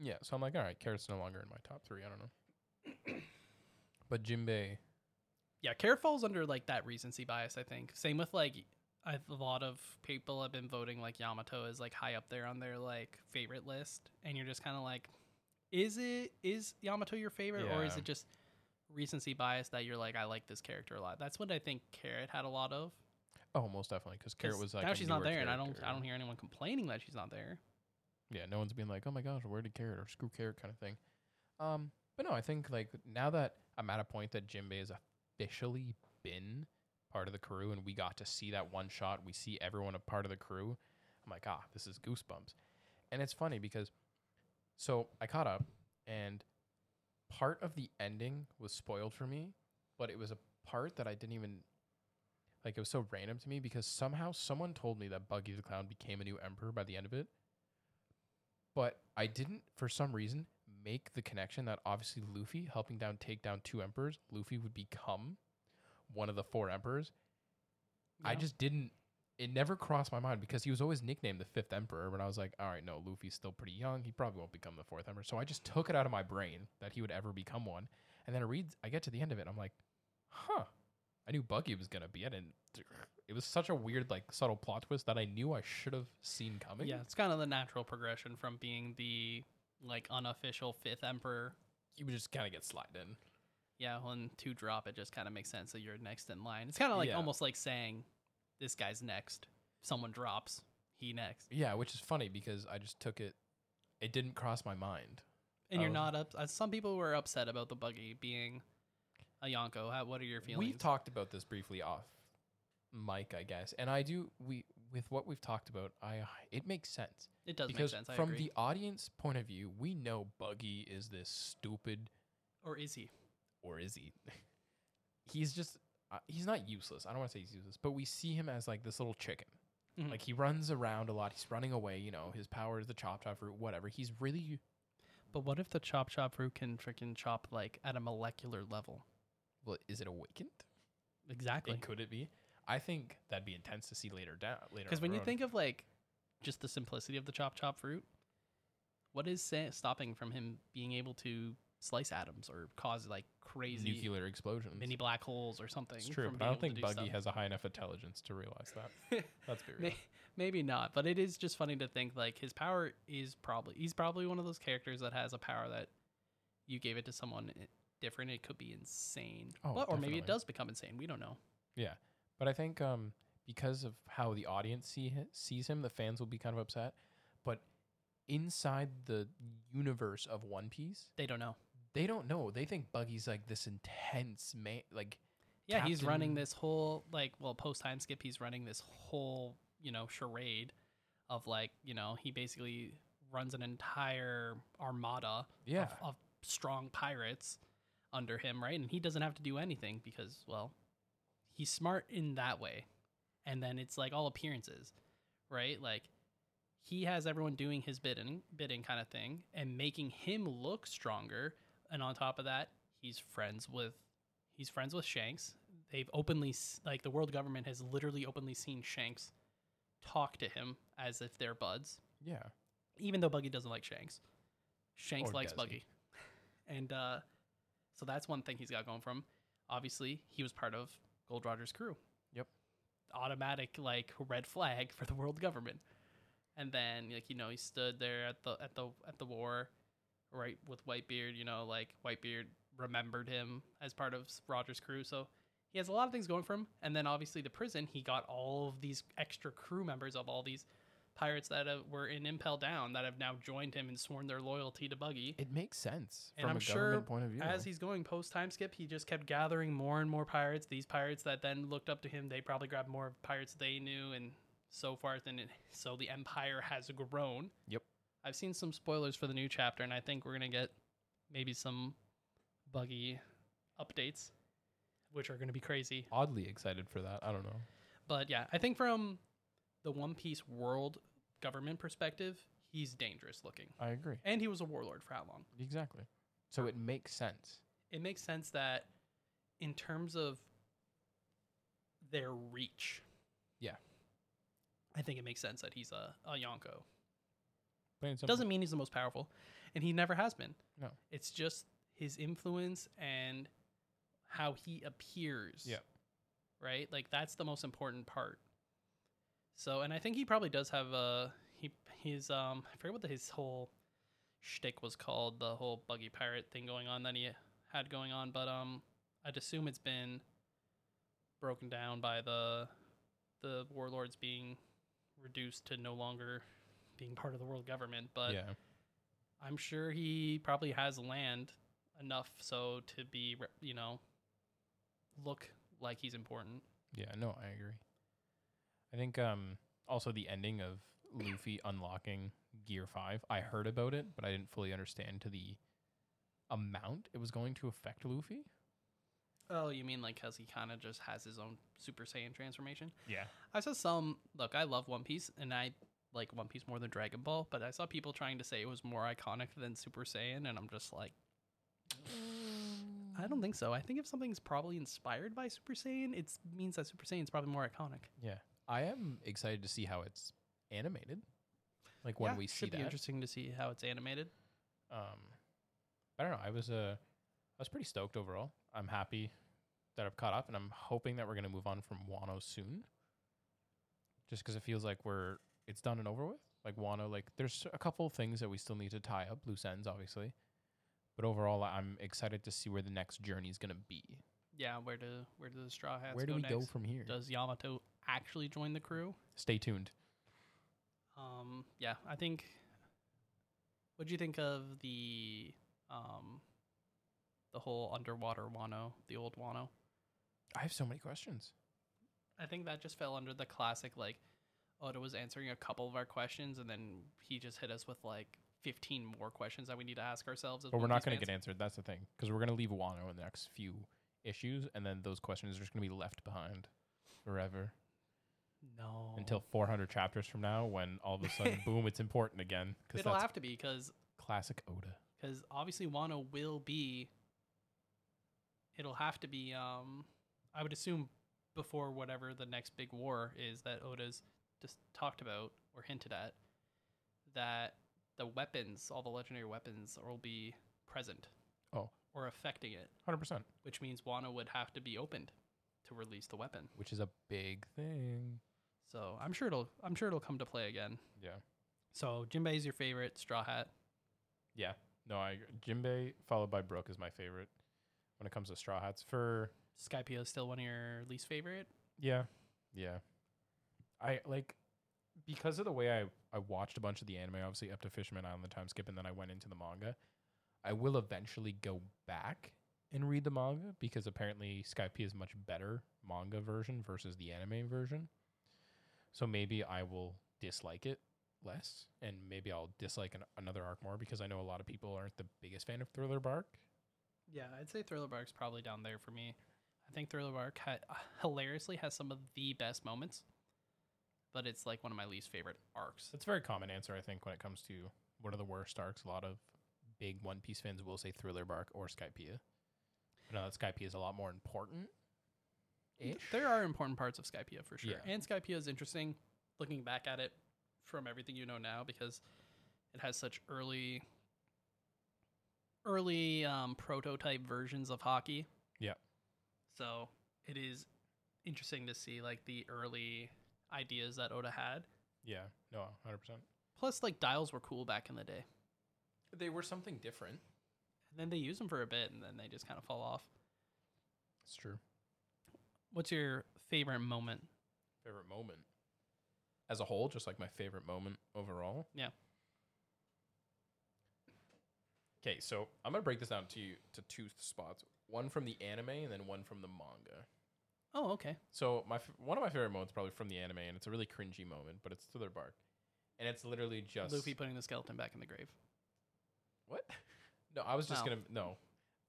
[SPEAKER 2] Yeah, so I'm like, all right, Carrot's no longer in my top three. I don't know,
[SPEAKER 1] <clears throat>
[SPEAKER 2] but Jinbei,
[SPEAKER 1] Yeah, Care falls under like that recency bias. I think same with like I've, a lot of people have been voting like Yamato is like high up there on their like favorite list, and you're just kind of like, is it is Yamato your favorite or is
[SPEAKER 2] Yeah.
[SPEAKER 1] it just recency bias that you're like I like this character a lot? That's what I think Carrot had a lot of.
[SPEAKER 2] oh, most definitely, because Carrot
[SPEAKER 1] 'cause
[SPEAKER 2] was like
[SPEAKER 1] now
[SPEAKER 2] a
[SPEAKER 1] she's not
[SPEAKER 2] newer
[SPEAKER 1] there, and I don't I
[SPEAKER 2] character.
[SPEAKER 1] don't hear anyone complaining that she's not there.
[SPEAKER 2] yeah, no one's being like, oh my gosh, where did carrot or screw carrot kind of thing. Um, but no, I think like now that I'm at a point that Jinbei has officially been part of the crew and we got to see that one shot, we see everyone a part of the crew. I'm like, ah, this is goosebumps. And it's funny because so I caught up and part of the ending was spoiled for me, but it was a part that I didn't even like it was so random to me because somehow someone told me that Buggy the Clown became a new emperor by the end of it but I didn't, for some reason, make the connection that obviously Luffy helping down take down two emperors, Luffy would become one of the four emperors. I
[SPEAKER 1] you know?
[SPEAKER 2] just didn't. It never crossed my mind because he was always nicknamed the fifth emperor. But I was like, all right, no, Luffy's still pretty young. He probably won't become the fourth emperor. So I just took it out of my brain that he would ever become one. And then I read, I get to the end of it, and I'm like, huh. I knew Buggy was gonna be it, and it was such a weird, like, subtle plot twist that I knew I should have seen coming.
[SPEAKER 1] Yeah, it's kind of the natural progression from being the like unofficial fifth emperor.
[SPEAKER 2] you would just kind of get slid in.
[SPEAKER 1] Yeah, when two drop, it just kind of makes sense that you're next in line. It's kind of like
[SPEAKER 2] Yeah.
[SPEAKER 1] almost like saying, "This guy's next." Someone drops, he next,
[SPEAKER 2] Yeah, which is funny because I just took it. It didn't cross my mind.
[SPEAKER 1] and you're
[SPEAKER 2] Oh.
[SPEAKER 1] not up. uh, Some people were upset about the buggy being a Yonko. How, what are your feelings?
[SPEAKER 2] We've talked about this briefly off mic, I guess, and I do we with what we've talked about. I it makes sense
[SPEAKER 1] it does make
[SPEAKER 2] because
[SPEAKER 1] sense. I
[SPEAKER 2] from
[SPEAKER 1] agree.
[SPEAKER 2] the audience point of view, we know Buggy is this stupid,
[SPEAKER 1] or is he?
[SPEAKER 2] or is he? <laughs> he's just uh, he's not useless. I don't want to say he's useless, but we see him as like this little chicken.
[SPEAKER 1] Mhm.
[SPEAKER 2] Like he runs around a lot. He's running away. You know, his power is the chop chop root, whatever. He's really
[SPEAKER 1] But what if the chop chop root can freaking chop like at a molecular level?
[SPEAKER 2] well. Is it awakened?
[SPEAKER 1] Exactly.
[SPEAKER 2] And could it be? I think that'd be intense to see later down later.
[SPEAKER 1] Because
[SPEAKER 2] on
[SPEAKER 1] when
[SPEAKER 2] the
[SPEAKER 1] you
[SPEAKER 2] road.
[SPEAKER 1] think of like just the simplicity of the chop chop fruit, What is sa- stopping from him being able to slice atoms or cause like crazy
[SPEAKER 2] nuclear explosions.
[SPEAKER 1] mini black holes or something?
[SPEAKER 2] it's true,
[SPEAKER 1] from
[SPEAKER 2] but I
[SPEAKER 1] being
[SPEAKER 2] don't
[SPEAKER 1] able to
[SPEAKER 2] think
[SPEAKER 1] do
[SPEAKER 2] Buggy
[SPEAKER 1] stuff?
[SPEAKER 2] has a high enough intelligence to realize that.
[SPEAKER 1] <laughs>
[SPEAKER 2] Let's be real.
[SPEAKER 1] May- Maybe not, but it is just funny to think like his power is probably he's probably one of those characters that has a power that you gave it to someone i- different, it could be insane.
[SPEAKER 2] Oh,
[SPEAKER 1] Well, or maybe it
[SPEAKER 2] definitely.
[SPEAKER 1] does become insane. We don't know.
[SPEAKER 2] But I think um, because of how the audience see hi- sees him, the fans will be kind of upset. But inside the universe of One Piece,
[SPEAKER 1] They don't know.
[SPEAKER 2] they don't know. They think Buggy's like this intense man. Like
[SPEAKER 1] Yeah, he's running
[SPEAKER 2] Captain-
[SPEAKER 1] this whole like well post time skip. He's running this whole you know charade of like you know he basically runs an entire armada
[SPEAKER 2] yeah,
[SPEAKER 1] of, of strong pirates under him, right? And he doesn't have to do anything because well, he's smart in that way. And then it's like all appearances, right? Like he has everyone doing his bidding, bidding kind of thing, and making him look stronger. And on top of that, he's friends with he's friends with Shanks. They've openly s- like the world government has literally openly seen Shanks talk to him as if they're buds,
[SPEAKER 2] yeah.
[SPEAKER 1] even though Buggy doesn't like Shanks. Shanks
[SPEAKER 2] Or
[SPEAKER 1] likes
[SPEAKER 2] does he?
[SPEAKER 1] Buggy, and uh, so that's one thing he's got going from. Obviously, he was part of Gold Roger's crew.
[SPEAKER 2] Yep.
[SPEAKER 1] Automatic like red flag for the world government, and then like you know he stood there at the at the at the war, right with Whitebeard. You know like Whitebeard remembered him as part of Roger's crew, so. He has a lot of things going for him, and then obviously the prison. He got all of these extra crew members of all these pirates that uh, were in Impel Down that have now joined him and sworn their loyalty to Buggy.
[SPEAKER 2] It makes sense
[SPEAKER 1] And
[SPEAKER 2] from
[SPEAKER 1] I'm
[SPEAKER 2] a
[SPEAKER 1] sure
[SPEAKER 2] government point of view.
[SPEAKER 1] As he's going post time skip, he just kept gathering more and more pirates. These pirates that then looked up to him, they probably grabbed more pirates they knew, and so forth. And it, so the empire has grown.
[SPEAKER 2] Yep.
[SPEAKER 1] I've seen some spoilers for the new chapter, and I think we're gonna get maybe some buggy updates, which are gonna be crazy.
[SPEAKER 2] Oddly excited for that. I don't know.
[SPEAKER 1] But yeah, I think from the One Piece world government perspective, he's dangerous looking,
[SPEAKER 2] I agree.
[SPEAKER 1] and he was a warlord for how long?
[SPEAKER 2] Exactly. So it makes sense.
[SPEAKER 1] it makes sense that in terms of their reach.
[SPEAKER 2] Yeah.
[SPEAKER 1] I think it makes sense that he's a, a Yonko.
[SPEAKER 2] Plain and simple.
[SPEAKER 1] Doesn't mean he's the most powerful, and he never has been.
[SPEAKER 2] No.
[SPEAKER 1] It's just his influence and how he appears.
[SPEAKER 2] Yeah.
[SPEAKER 1] Right? Like that's the most important part. So, and I think he probably does have a he his um I forget what his whole shtick was called, the whole buggy pirate thing going on that he had going on, but um I'd assume it's been broken down by the the warlords being reduced to no longer being part of the world government, but
[SPEAKER 2] yeah.
[SPEAKER 1] I'm sure he probably has land enough so to be, re- you know, look like he's important.
[SPEAKER 2] Yeah, no, I agree. I think um also the ending of Luffy unlocking Gear 5. I heard about it, but I didn't fully understand to the amount it was going to affect Luffy.
[SPEAKER 1] Oh, you mean like because he kind of just has his own Super Saiyan transformation?
[SPEAKER 2] Yeah.
[SPEAKER 1] I saw some. Look, I love One Piece, and I like One Piece more than Dragon Ball, but I saw people trying to say it was more iconic than Super Saiyan, and I'm just like, I don't think so. I think if something's probably inspired by Super Saiyan, it means that Super Saiyan's probably more iconic.
[SPEAKER 2] Yeah. I am excited to see how it's animated. Like when
[SPEAKER 1] Yeah,
[SPEAKER 2] we see
[SPEAKER 1] should be
[SPEAKER 2] that.
[SPEAKER 1] interesting to see how it's animated.
[SPEAKER 2] Um I don't know. I was uh I was pretty stoked overall. I'm happy that I've caught up and I'm hoping that we're going to move on from Wano soon. Just cuz it feels like we're it's done and over with. Like Wano like there's a couple things that we still need to tie up loose ends obviously. But overall I'm excited to see where the next journey is going to be.
[SPEAKER 1] Yeah, where do where do the straw hats
[SPEAKER 2] where do
[SPEAKER 1] go
[SPEAKER 2] we
[SPEAKER 1] next?
[SPEAKER 2] go from here?
[SPEAKER 1] does Yamato actually join the crew?
[SPEAKER 2] Stay tuned.
[SPEAKER 1] Um, yeah, I think. What do you think of the um, the whole underwater Wano, the old Wano?
[SPEAKER 2] I have so many questions.
[SPEAKER 1] I think that just fell under the classic like Oda was answering a couple of our questions and then he just hit us with like fifteen more questions that we need to ask ourselves. As
[SPEAKER 2] But we're
[SPEAKER 1] One
[SPEAKER 2] not
[SPEAKER 1] Piece
[SPEAKER 2] going
[SPEAKER 1] fans.
[SPEAKER 2] to get answered. That's the thing. Because we're going to leave Wano in the next few issues, and then those questions are just going to be left behind forever
[SPEAKER 1] no
[SPEAKER 2] until 400 chapters from now when all of a <laughs> sudden, boom, it's important again. Because
[SPEAKER 1] it'll
[SPEAKER 2] that's
[SPEAKER 1] have to be because
[SPEAKER 2] classic Oda.
[SPEAKER 1] because obviously Wano will be. It'll have to be. Um, I would assume before whatever the next big war is that Oda's just talked about or hinted at, that the weapons, all the legendary weapons, will be present.
[SPEAKER 2] Oh.
[SPEAKER 1] Or affecting it,
[SPEAKER 2] Hundred percent,
[SPEAKER 1] which means Wana would have to be opened to release the weapon.
[SPEAKER 2] which is a big thing.
[SPEAKER 1] So I'm sure it'll I'm sure it'll come to play again.
[SPEAKER 2] Yeah.
[SPEAKER 1] So Jinbei is your favorite Straw Hat.
[SPEAKER 2] Yeah. No, I agree. Jinbei followed by Brooke is my favorite when it comes to Straw Hats. For
[SPEAKER 1] Skypea is still one of your least favorite.
[SPEAKER 2] yeah, yeah. I like because of the way I I watched a bunch of the anime, obviously up to Fisherman Island, the time skip, and then I went into the manga. I will eventually go back and read the manga because apparently Skype is much better manga version versus the anime version. So maybe I will dislike it less, and maybe I'll dislike an, another arc more because I know a lot of people aren't the biggest fan of Thriller Bark.
[SPEAKER 1] Yeah, I'd say Thriller Bark's probably down there for me. I think Thriller Bark ha- hilariously has some of the best moments, but it's like one of my least favorite arcs.
[SPEAKER 2] It's a very common answer, I think, when it comes to one of the worst arcs. A lot of big One Piece fans will say Thriller Bark or Skypea. I know that Skypea is a lot more important.
[SPEAKER 1] Th- There are important parts of Skypea for sure.
[SPEAKER 2] Yeah.
[SPEAKER 1] And Skypea is interesting looking back at it from everything you know now because it has such early early um, prototype versions of hockey.
[SPEAKER 2] Yeah.
[SPEAKER 1] So it is interesting to see like the early ideas that Oda had.
[SPEAKER 2] Yeah, no, 100%.
[SPEAKER 1] Plus like dials were cool back in the day.
[SPEAKER 2] They were something different.
[SPEAKER 1] And then they use them for a bit and then they just kind of fall off.
[SPEAKER 2] It's true.
[SPEAKER 1] What's your favorite moment?
[SPEAKER 2] Favorite moment? As a whole, just like my favorite moment overall?
[SPEAKER 1] Yeah.
[SPEAKER 2] Okay, so I'm going to break this down to you to two spots one from the anime and then one from the manga.
[SPEAKER 1] Oh, okay.
[SPEAKER 2] So my f- one of my favorite moments probably from the anime, and it's a really cringy moment, but it's Thriller Bark, and it's literally just
[SPEAKER 1] Luffy putting the skeleton back in the grave.
[SPEAKER 2] What? <laughs> No, I was just
[SPEAKER 1] No.
[SPEAKER 2] gonna no.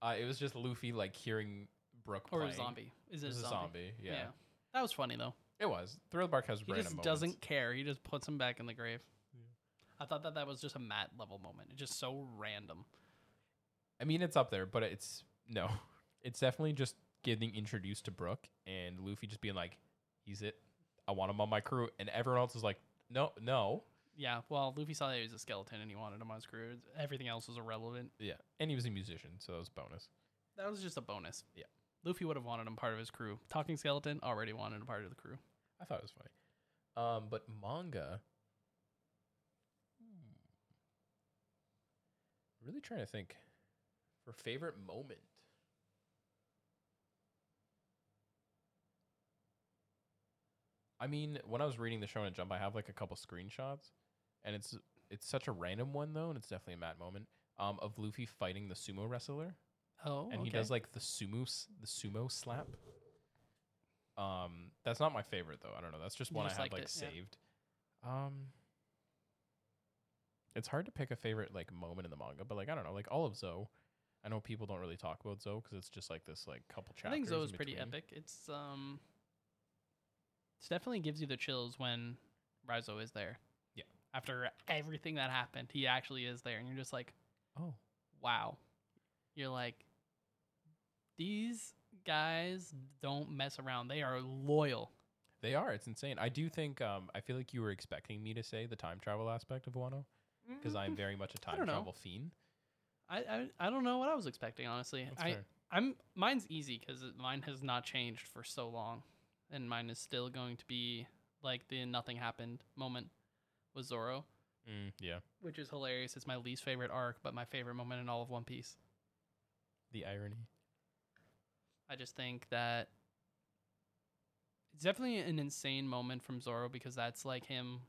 [SPEAKER 2] Uh, it was just Luffy like hearing Brooke
[SPEAKER 1] Or
[SPEAKER 2] playing.
[SPEAKER 1] a zombie. Is
[SPEAKER 2] It
[SPEAKER 1] it,
[SPEAKER 2] was
[SPEAKER 1] a zombie?
[SPEAKER 2] Yeah.
[SPEAKER 1] That was funny though.
[SPEAKER 2] it was. Thriller Bark has
[SPEAKER 1] He
[SPEAKER 2] random
[SPEAKER 1] just
[SPEAKER 2] moments.
[SPEAKER 1] doesn't care. He just puts him back in the grave. I thought that that was just a Matt level moment. It's just so random.
[SPEAKER 2] I mean, it's up there, but it's no. <laughs> It's definitely just getting introduced to Brooke and Luffy just being like, "He's it. I want him on my crew," and everyone else is like, "No, no."
[SPEAKER 1] Yeah, well, Luffy saw that he was a skeleton and he wanted him on his crew. Everything else was irrelevant.
[SPEAKER 2] Yeah, and he was a musician, so that was a bonus.
[SPEAKER 1] That was just a bonus.
[SPEAKER 2] Yeah.
[SPEAKER 1] Luffy would have wanted him part of his crew. Talking skeleton already wanted him part of the crew.
[SPEAKER 2] I thought it was funny. Um, but manga. Hmm. Really trying to think for favorite moment. I mean, when I was reading the show and jump, I have like a couple screenshots, and it's it's such a random one though, and it's definitely a mad moment. Um, of Luffy fighting the sumo wrestler
[SPEAKER 1] Oh,
[SPEAKER 2] and he does like the sumo s- the sumo slap. Um, that's not my favorite though. I don't know. That's just
[SPEAKER 1] You
[SPEAKER 2] one
[SPEAKER 1] just
[SPEAKER 2] I have
[SPEAKER 1] liked
[SPEAKER 2] like
[SPEAKER 1] it, yeah.
[SPEAKER 2] saved. Um, it's hard to pick a favorite like moment in the manga, but like I don't know, like all of Zoe. I know people don't really talk about Zoe because it's just like this like couple
[SPEAKER 1] I
[SPEAKER 2] chapters.
[SPEAKER 1] think
[SPEAKER 2] in
[SPEAKER 1] Zoe's pretty
[SPEAKER 2] between.
[SPEAKER 1] epic. It's um, it definitely gives you the chills when Rizo is there.
[SPEAKER 2] Yeah.
[SPEAKER 1] After everything that happened, he actually is there, and you're just like,
[SPEAKER 2] Oh,
[SPEAKER 1] wow. You're like, these guys don't mess around. They are loyal.
[SPEAKER 2] they are. It's insane. I do think. Um, I feel like you were expecting me to say the time travel aspect of Wano because I'm very much a time
[SPEAKER 1] Mm-hmm. don't know.
[SPEAKER 2] travel fiend.
[SPEAKER 1] <laughs> I, I I don't know what I was expecting honestly.
[SPEAKER 2] That's
[SPEAKER 1] I
[SPEAKER 2] fair.
[SPEAKER 1] I'm mine's easy because mine has not changed for so long, and mine is still going to be like the nothing happened moment with Zoro,
[SPEAKER 2] Mm, yeah,
[SPEAKER 1] which is hilarious. It's my least favorite arc, but my favorite moment in all of One Piece.
[SPEAKER 2] the irony.
[SPEAKER 1] I just think that it's definitely an insane moment from Zoro because that's like him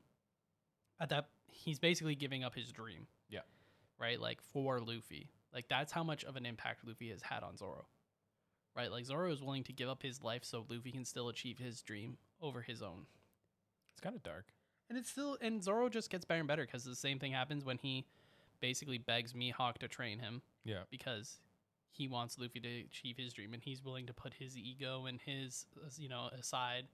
[SPEAKER 1] at that he's basically giving up his dream.
[SPEAKER 2] Yeah.
[SPEAKER 1] Right? Like for Luffy. Like that's how much of an impact Luffy has had on Zoro. Right? Like Zoro is willing to give up his life so Luffy can still achieve his dream over his own.
[SPEAKER 2] It's kind of dark.
[SPEAKER 1] And it's still and Zoro just gets better and better because the same thing happens when he basically begs Mihawk to train him
[SPEAKER 2] Yeah.
[SPEAKER 1] because he wants Luffy to achieve his dream and he's willing to put his ego and his uh, you know aside.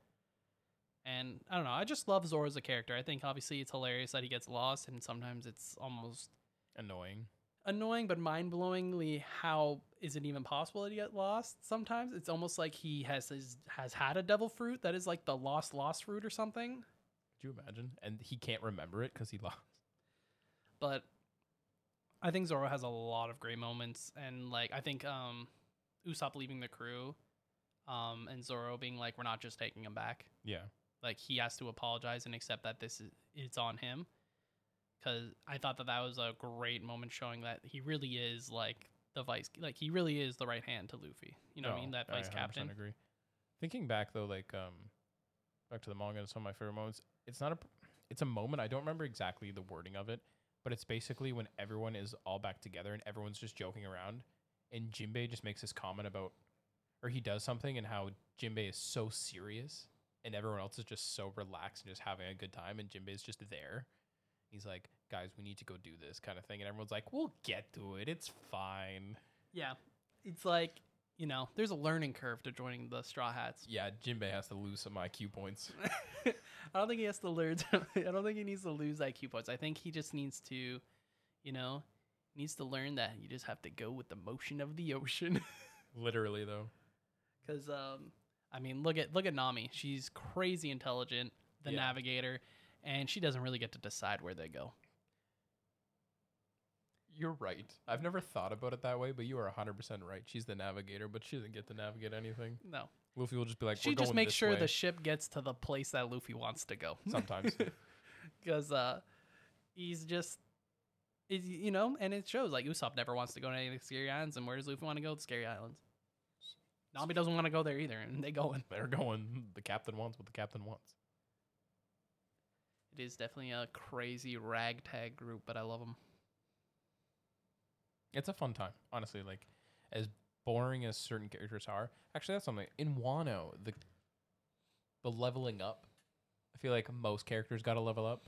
[SPEAKER 1] And I don't know, I just love Zoro as a character. I think obviously it's hilarious that he gets lost and sometimes it's almost
[SPEAKER 2] Annoying.
[SPEAKER 1] annoying but mind-blowingly how is it even possible to get lost sometimes it's almost like he has his, has had a devil fruit that is like the lost lost fruit or something
[SPEAKER 2] Could you imagine? And he can't remember it because he lost.
[SPEAKER 1] but I think Zoro has a lot of great moments, and like I think um, Usopp leaving the crew, um, and Zoro being like, "We're not just taking him back."
[SPEAKER 2] <laughs> Yeah.
[SPEAKER 1] Like he has to apologize and accept that this is it's on him. Because I thought that that was a great moment showing that he really is like the vice, like he really is the right hand to Luffy. You
[SPEAKER 2] Oh,
[SPEAKER 1] know what I mean? That vice
[SPEAKER 2] 100%
[SPEAKER 1] captain.
[SPEAKER 2] Agree. Thinking back though, like um, back to the manga and some of my favorite moments. It's not a, p- it's a moment. I don't remember exactly the wording of it, but it's basically when everyone is all back together and everyone's just joking around, and Jinbei just makes this comment about, or he does something and how Jinbei is so serious and everyone else is just so relaxed and just having a good time, and Jinbei's just there. He's like, guys, we need to go do this kind of thing, and everyone's like, we'll get to it. It's fine.
[SPEAKER 1] Yeah, it's like you know, there's a learning curve to joining the Straw Hats.
[SPEAKER 2] Yeah, Jinbei has to lose some IQ points.
[SPEAKER 1] <laughs> I don't think he has to learn. To, <laughs> I don't think he needs to lose IQ points. I think he just needs to, you know, needs to learn that you just have to go with the motion of the ocean. <laughs>
[SPEAKER 2] Literally though.
[SPEAKER 1] Because um, I mean, look at look at Nami. She's crazy intelligent, the
[SPEAKER 2] Yeah.
[SPEAKER 1] navigator, and she doesn't really get to decide where they go.
[SPEAKER 2] You're right. I've never thought about it that way, but you are 100% right. She's the navigator, but she doesn't get to navigate anything.
[SPEAKER 1] No,
[SPEAKER 2] Luffy will just be like,
[SPEAKER 1] she
[SPEAKER 2] We're
[SPEAKER 1] just
[SPEAKER 2] going
[SPEAKER 1] makes
[SPEAKER 2] this
[SPEAKER 1] sure
[SPEAKER 2] way,"
[SPEAKER 1] the ship gets to the place that Luffy wants to go.
[SPEAKER 2] <laughs>
[SPEAKER 1] <laughs>
[SPEAKER 2] sometimes.
[SPEAKER 1] because uh, he's just, is you know, and it shows like Usopp never wants to go to any of the scary islands, and where does Luffy want to go? The scary islands. Nami doesn't want to go there either, and they going.
[SPEAKER 2] They're going, the captain wants what the captain wants.
[SPEAKER 1] It is definitely a crazy ragtag group, but I love them.
[SPEAKER 2] It's a fun time, honestly. Like, as boring as certain characters are, actually, that's something. In Wano, the, the leveling up, I feel like most characters got to level up.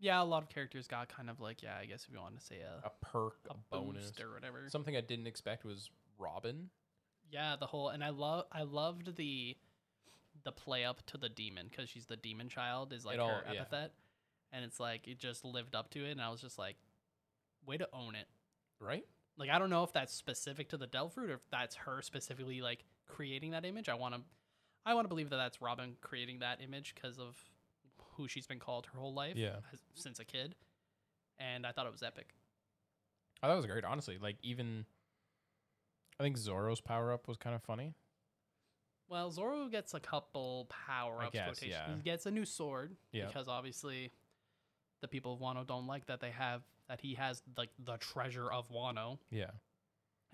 [SPEAKER 1] Yeah, a lot of characters got kind of like, yeah, I guess if you want to say a,
[SPEAKER 2] A perk, a,
[SPEAKER 1] a,
[SPEAKER 2] bonus.
[SPEAKER 1] boost or whatever.
[SPEAKER 2] Something I didn't expect was Robin.
[SPEAKER 1] yeah, the whole and I love I loved the the play up to the demon because she's the demon child is like
[SPEAKER 2] It all-
[SPEAKER 1] her
[SPEAKER 2] yeah.
[SPEAKER 1] epithet, and it's like it just lived up to it, and I was just like, way to own it.
[SPEAKER 2] Right?
[SPEAKER 1] Like I don't know if that's specific to the Delphrute or if that's her specifically like creating that image. I want to, I want to believe that that's Robin creating that image because of who she's been called her whole life,
[SPEAKER 2] Yeah.
[SPEAKER 1] as- since a kid, and I thought it was epic.
[SPEAKER 2] I thought it was great, honestly. Like even I think Zoro's power up was kind of funny.
[SPEAKER 1] Well, Zoro gets a couple power
[SPEAKER 2] I
[SPEAKER 1] ups.
[SPEAKER 2] guess,
[SPEAKER 1] quotation.
[SPEAKER 2] yeah.
[SPEAKER 1] He gets a new sword
[SPEAKER 2] Yeah.
[SPEAKER 1] because obviously the people of Wano don't like that they have that he has like the treasure of Wano,
[SPEAKER 2] Yeah.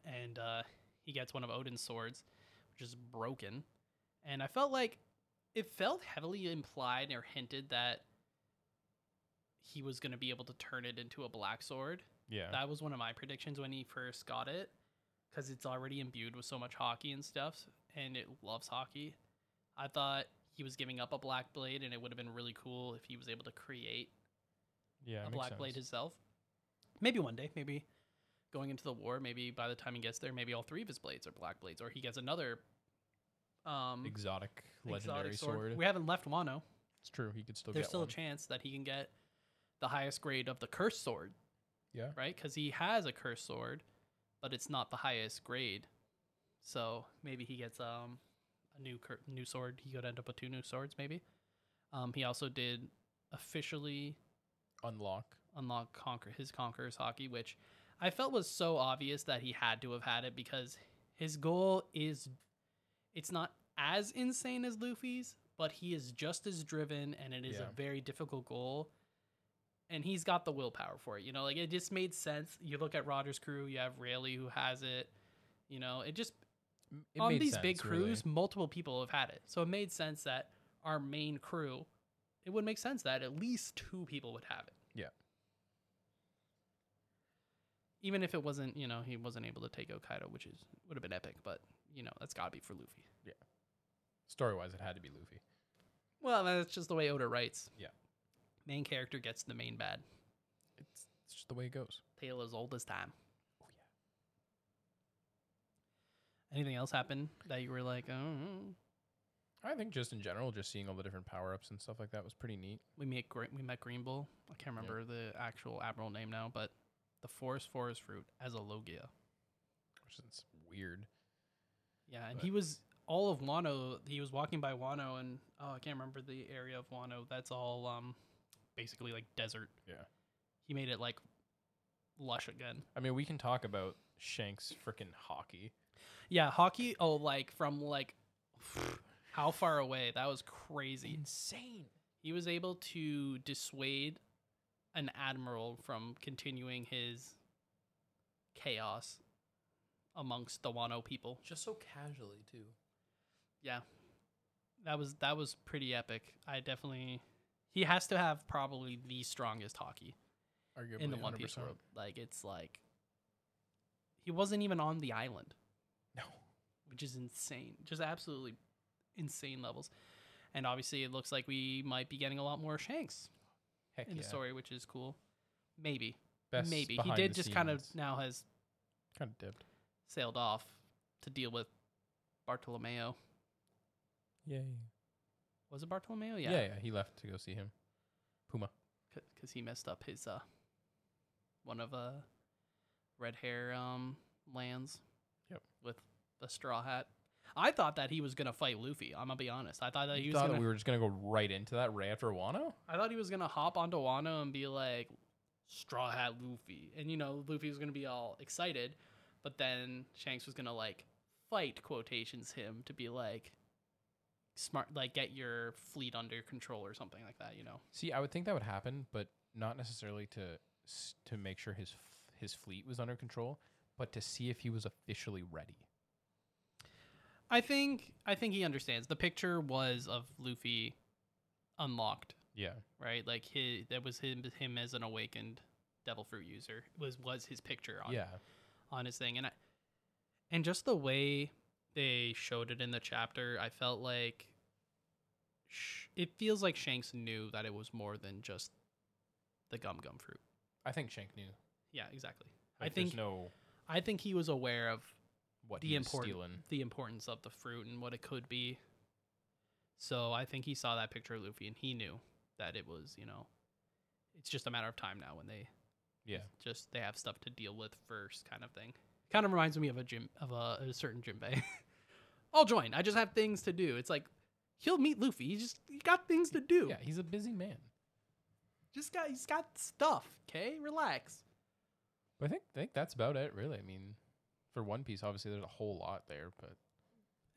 [SPEAKER 1] and uh, he gets one of Odin's swords, which is broken. And I felt like it felt heavily implied or hinted that he was going to be able to turn it into a black sword.
[SPEAKER 2] Yeah.
[SPEAKER 1] That was one of my predictions when he first got it, because it's already imbued with so much hockey and stuff, and it loves hockey. I thought he was giving up a black blade, and it would have been really cool if he was able to create
[SPEAKER 2] yeah.
[SPEAKER 1] a black blade himself. Maybe one day, maybe going into the war, maybe by the time he gets there, maybe all three of his blades are black blades, or he gets another um,
[SPEAKER 2] exotic legendary
[SPEAKER 1] exotic
[SPEAKER 2] sword.
[SPEAKER 1] We haven't left Wano.
[SPEAKER 2] It's true. He could still
[SPEAKER 1] There's
[SPEAKER 2] get
[SPEAKER 1] still
[SPEAKER 2] one.
[SPEAKER 1] a chance that he can get the highest grade of the cursed sword
[SPEAKER 2] yeah.
[SPEAKER 1] right? Because he has a cursed sword, but it's not the highest grade. So maybe he gets um a new cur- new sword. He could end up with two new swords, maybe. Um, he also did officially
[SPEAKER 2] Unlock.
[SPEAKER 1] unlock conquer his conqueror's hockey, which I felt was so obvious that he had to have had it because his goal is it's not as insane as Luffy's, but he is just as driven and it is
[SPEAKER 2] Yeah.
[SPEAKER 1] a very difficult goal. And he's got the willpower for it. You know, like it just made sense. You look at Roger's crew, you have Rayleigh who has it. You know, it just
[SPEAKER 2] M- it
[SPEAKER 1] on
[SPEAKER 2] made
[SPEAKER 1] these big
[SPEAKER 2] sense, really.
[SPEAKER 1] crews, multiple people have had it. So it made sense that our main crew, it would make sense that at least two people would have it.
[SPEAKER 2] Yeah.
[SPEAKER 1] Even if it wasn't, you know, he wasn't able to take Okaido, which is would have been epic, but you know, that's gotta be for Luffy.
[SPEAKER 2] Story wise, it had to be Luffy.
[SPEAKER 1] Well, that's just the way Oda writes.
[SPEAKER 2] Yeah.
[SPEAKER 1] Main character gets the main bad.
[SPEAKER 2] It's, it's just the way it goes.
[SPEAKER 1] Tale as old as time. Oh yeah. Anything else happen that you were like, oh,
[SPEAKER 2] I think just in general, just seeing all the different power ups and stuff like that was pretty neat.
[SPEAKER 1] we met Gre- we met Green Bull. I can't
[SPEAKER 2] Yeah.
[SPEAKER 1] remember the actual admiral name now, but the forest forest fruit as a logia.
[SPEAKER 2] Which is weird.
[SPEAKER 1] Yeah, and
[SPEAKER 2] But-
[SPEAKER 1] he was all of Wano. He was walking by Wano, and oh, I can't remember the area of Wano. That's all um, basically like desert.
[SPEAKER 2] Yeah.
[SPEAKER 1] he made it like lush again.
[SPEAKER 2] I mean, we can talk about Shanks freaking hockey.
[SPEAKER 1] Yeah, hockey. Oh, like from like <sighs> how far away? That was crazy.
[SPEAKER 2] Insane.
[SPEAKER 1] He was able to dissuade an admiral from continuing his chaos amongst the Wano people.
[SPEAKER 3] Just so casually too.
[SPEAKER 1] Yeah, that was that was pretty epic. I definitely. He has to have probably the strongest hockey
[SPEAKER 2] Arguably
[SPEAKER 1] in the One Piece world. Like it's like he wasn't even on the island.
[SPEAKER 2] No.
[SPEAKER 1] which is insane. Just absolutely insane levels. And obviously, it looks like we might be getting a lot more Shanks
[SPEAKER 2] Heck
[SPEAKER 1] in
[SPEAKER 2] yeah.
[SPEAKER 1] the story, which is cool. Maybe,
[SPEAKER 2] Best
[SPEAKER 1] maybe he
[SPEAKER 2] behind
[SPEAKER 1] did
[SPEAKER 2] the
[SPEAKER 1] just kind of
[SPEAKER 2] scenes.
[SPEAKER 1] now has
[SPEAKER 2] kind of dipped.
[SPEAKER 1] sailed off to deal with Bartolomeo.
[SPEAKER 2] Yay.
[SPEAKER 1] Was it Bartolomeo?
[SPEAKER 2] Yeah.
[SPEAKER 1] Yeah,
[SPEAKER 2] yeah, He left to go see him. Puma.
[SPEAKER 1] because he messed up his uh one of uh red hair um lands.
[SPEAKER 2] Yep.
[SPEAKER 1] with the straw hat. I thought that he was gonna fight Luffy. I'm gonna be honest. I thought that he
[SPEAKER 2] You
[SPEAKER 1] was
[SPEAKER 2] thought
[SPEAKER 1] gonna
[SPEAKER 2] that we were just Uh, gonna go right into that right after Wano?
[SPEAKER 1] I thought he was gonna hop onto Wano and be like, Straw Hat Luffy. And you know, Luffy was gonna be all excited, but then Shanks was gonna like fight quotations him to be like smart like get your fleet under control or something like that, you know.
[SPEAKER 2] See, I would think that would happen, but not necessarily to s- to make sure his f- his fleet was under control, but to see if he was officially ready.
[SPEAKER 1] I think I think he understands. The picture was of Luffy unlocked,
[SPEAKER 2] Yeah.
[SPEAKER 1] right? Like his that was him him as an awakened devil fruit user was was his picture on
[SPEAKER 2] Yeah.
[SPEAKER 1] on his thing and I, and just the way they showed it in the chapter i felt like sh- it feels like shanks knew that it was more than just the gum gum fruit
[SPEAKER 2] I think Shank knew.
[SPEAKER 1] yeah exactly
[SPEAKER 2] Like,
[SPEAKER 1] i think
[SPEAKER 2] there's no
[SPEAKER 1] i think he was aware of
[SPEAKER 2] what
[SPEAKER 1] the
[SPEAKER 2] he was
[SPEAKER 1] important-
[SPEAKER 2] stealing.
[SPEAKER 1] the importance of the fruit and what it could be so i think he saw that picture of luffy and he knew that it was you know it's just a matter of time now when they
[SPEAKER 2] Yeah.
[SPEAKER 1] just they have stuff to deal with first kind of thing kind of reminds me of a gym of a, a certain jinbei <laughs> i'll join i just have things to do it's like he'll meet luffy he's just he got things to do
[SPEAKER 2] Yeah, he's a busy man.
[SPEAKER 1] just got he's got stuff okay relax
[SPEAKER 2] But I think think that's about it, really. I mean, for One Piece, obviously there's a whole lot there, but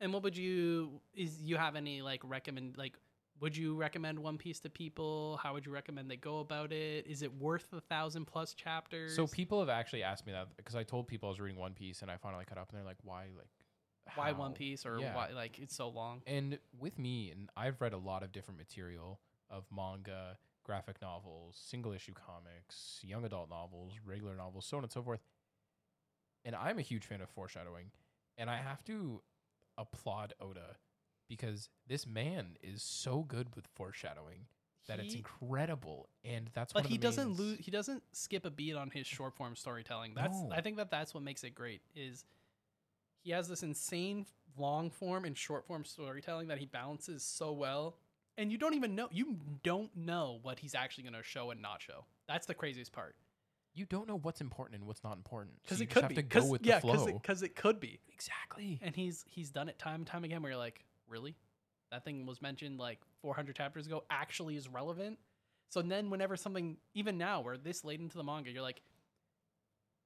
[SPEAKER 1] and what would you is you have any like recommend like would you recommend one piece to people how would you recommend they go about it is it worth the thousand plus chapters
[SPEAKER 2] so people have actually asked me that because I told people I was reading One Piece and I finally caught up, and they're like, "Why, like,
[SPEAKER 1] why one
[SPEAKER 2] how?"
[SPEAKER 1] piece or
[SPEAKER 2] Yeah.
[SPEAKER 1] why like it's so long
[SPEAKER 2] And with me, and I've read a lot of different material of manga, graphic novels, single issue comics, young adult novels, regular novels, so on and so forth. And I'm a huge fan of foreshadowing, and I have to applaud Oda because this man is so good with foreshadowing that it's
[SPEAKER 1] He-
[SPEAKER 2] incredible, and that's
[SPEAKER 1] but
[SPEAKER 2] one of
[SPEAKER 1] he
[SPEAKER 2] the
[SPEAKER 1] doesn't
[SPEAKER 2] main-
[SPEAKER 1] lose he doesn't skip a beat on his short form storytelling that's
[SPEAKER 2] No.
[SPEAKER 1] i think that that's what makes it great is he has this insane long form and short form storytelling that he balances so well and you don't even know you don't know what he's actually going to show and not show that's the craziest part
[SPEAKER 2] You don't know what's important and what's not important
[SPEAKER 1] because
[SPEAKER 2] so
[SPEAKER 1] it
[SPEAKER 2] you just
[SPEAKER 1] could
[SPEAKER 2] have
[SPEAKER 1] be
[SPEAKER 2] to go
[SPEAKER 1] 'Cause-
[SPEAKER 2] with
[SPEAKER 1] yeah,
[SPEAKER 2] the flow.
[SPEAKER 1] because it, could be
[SPEAKER 2] exactly.
[SPEAKER 1] and he's he's done it time and time again where you're like really that thing was mentioned like 400 chapters ago actually is relevant so then whenever something even now we're this late into the manga you're like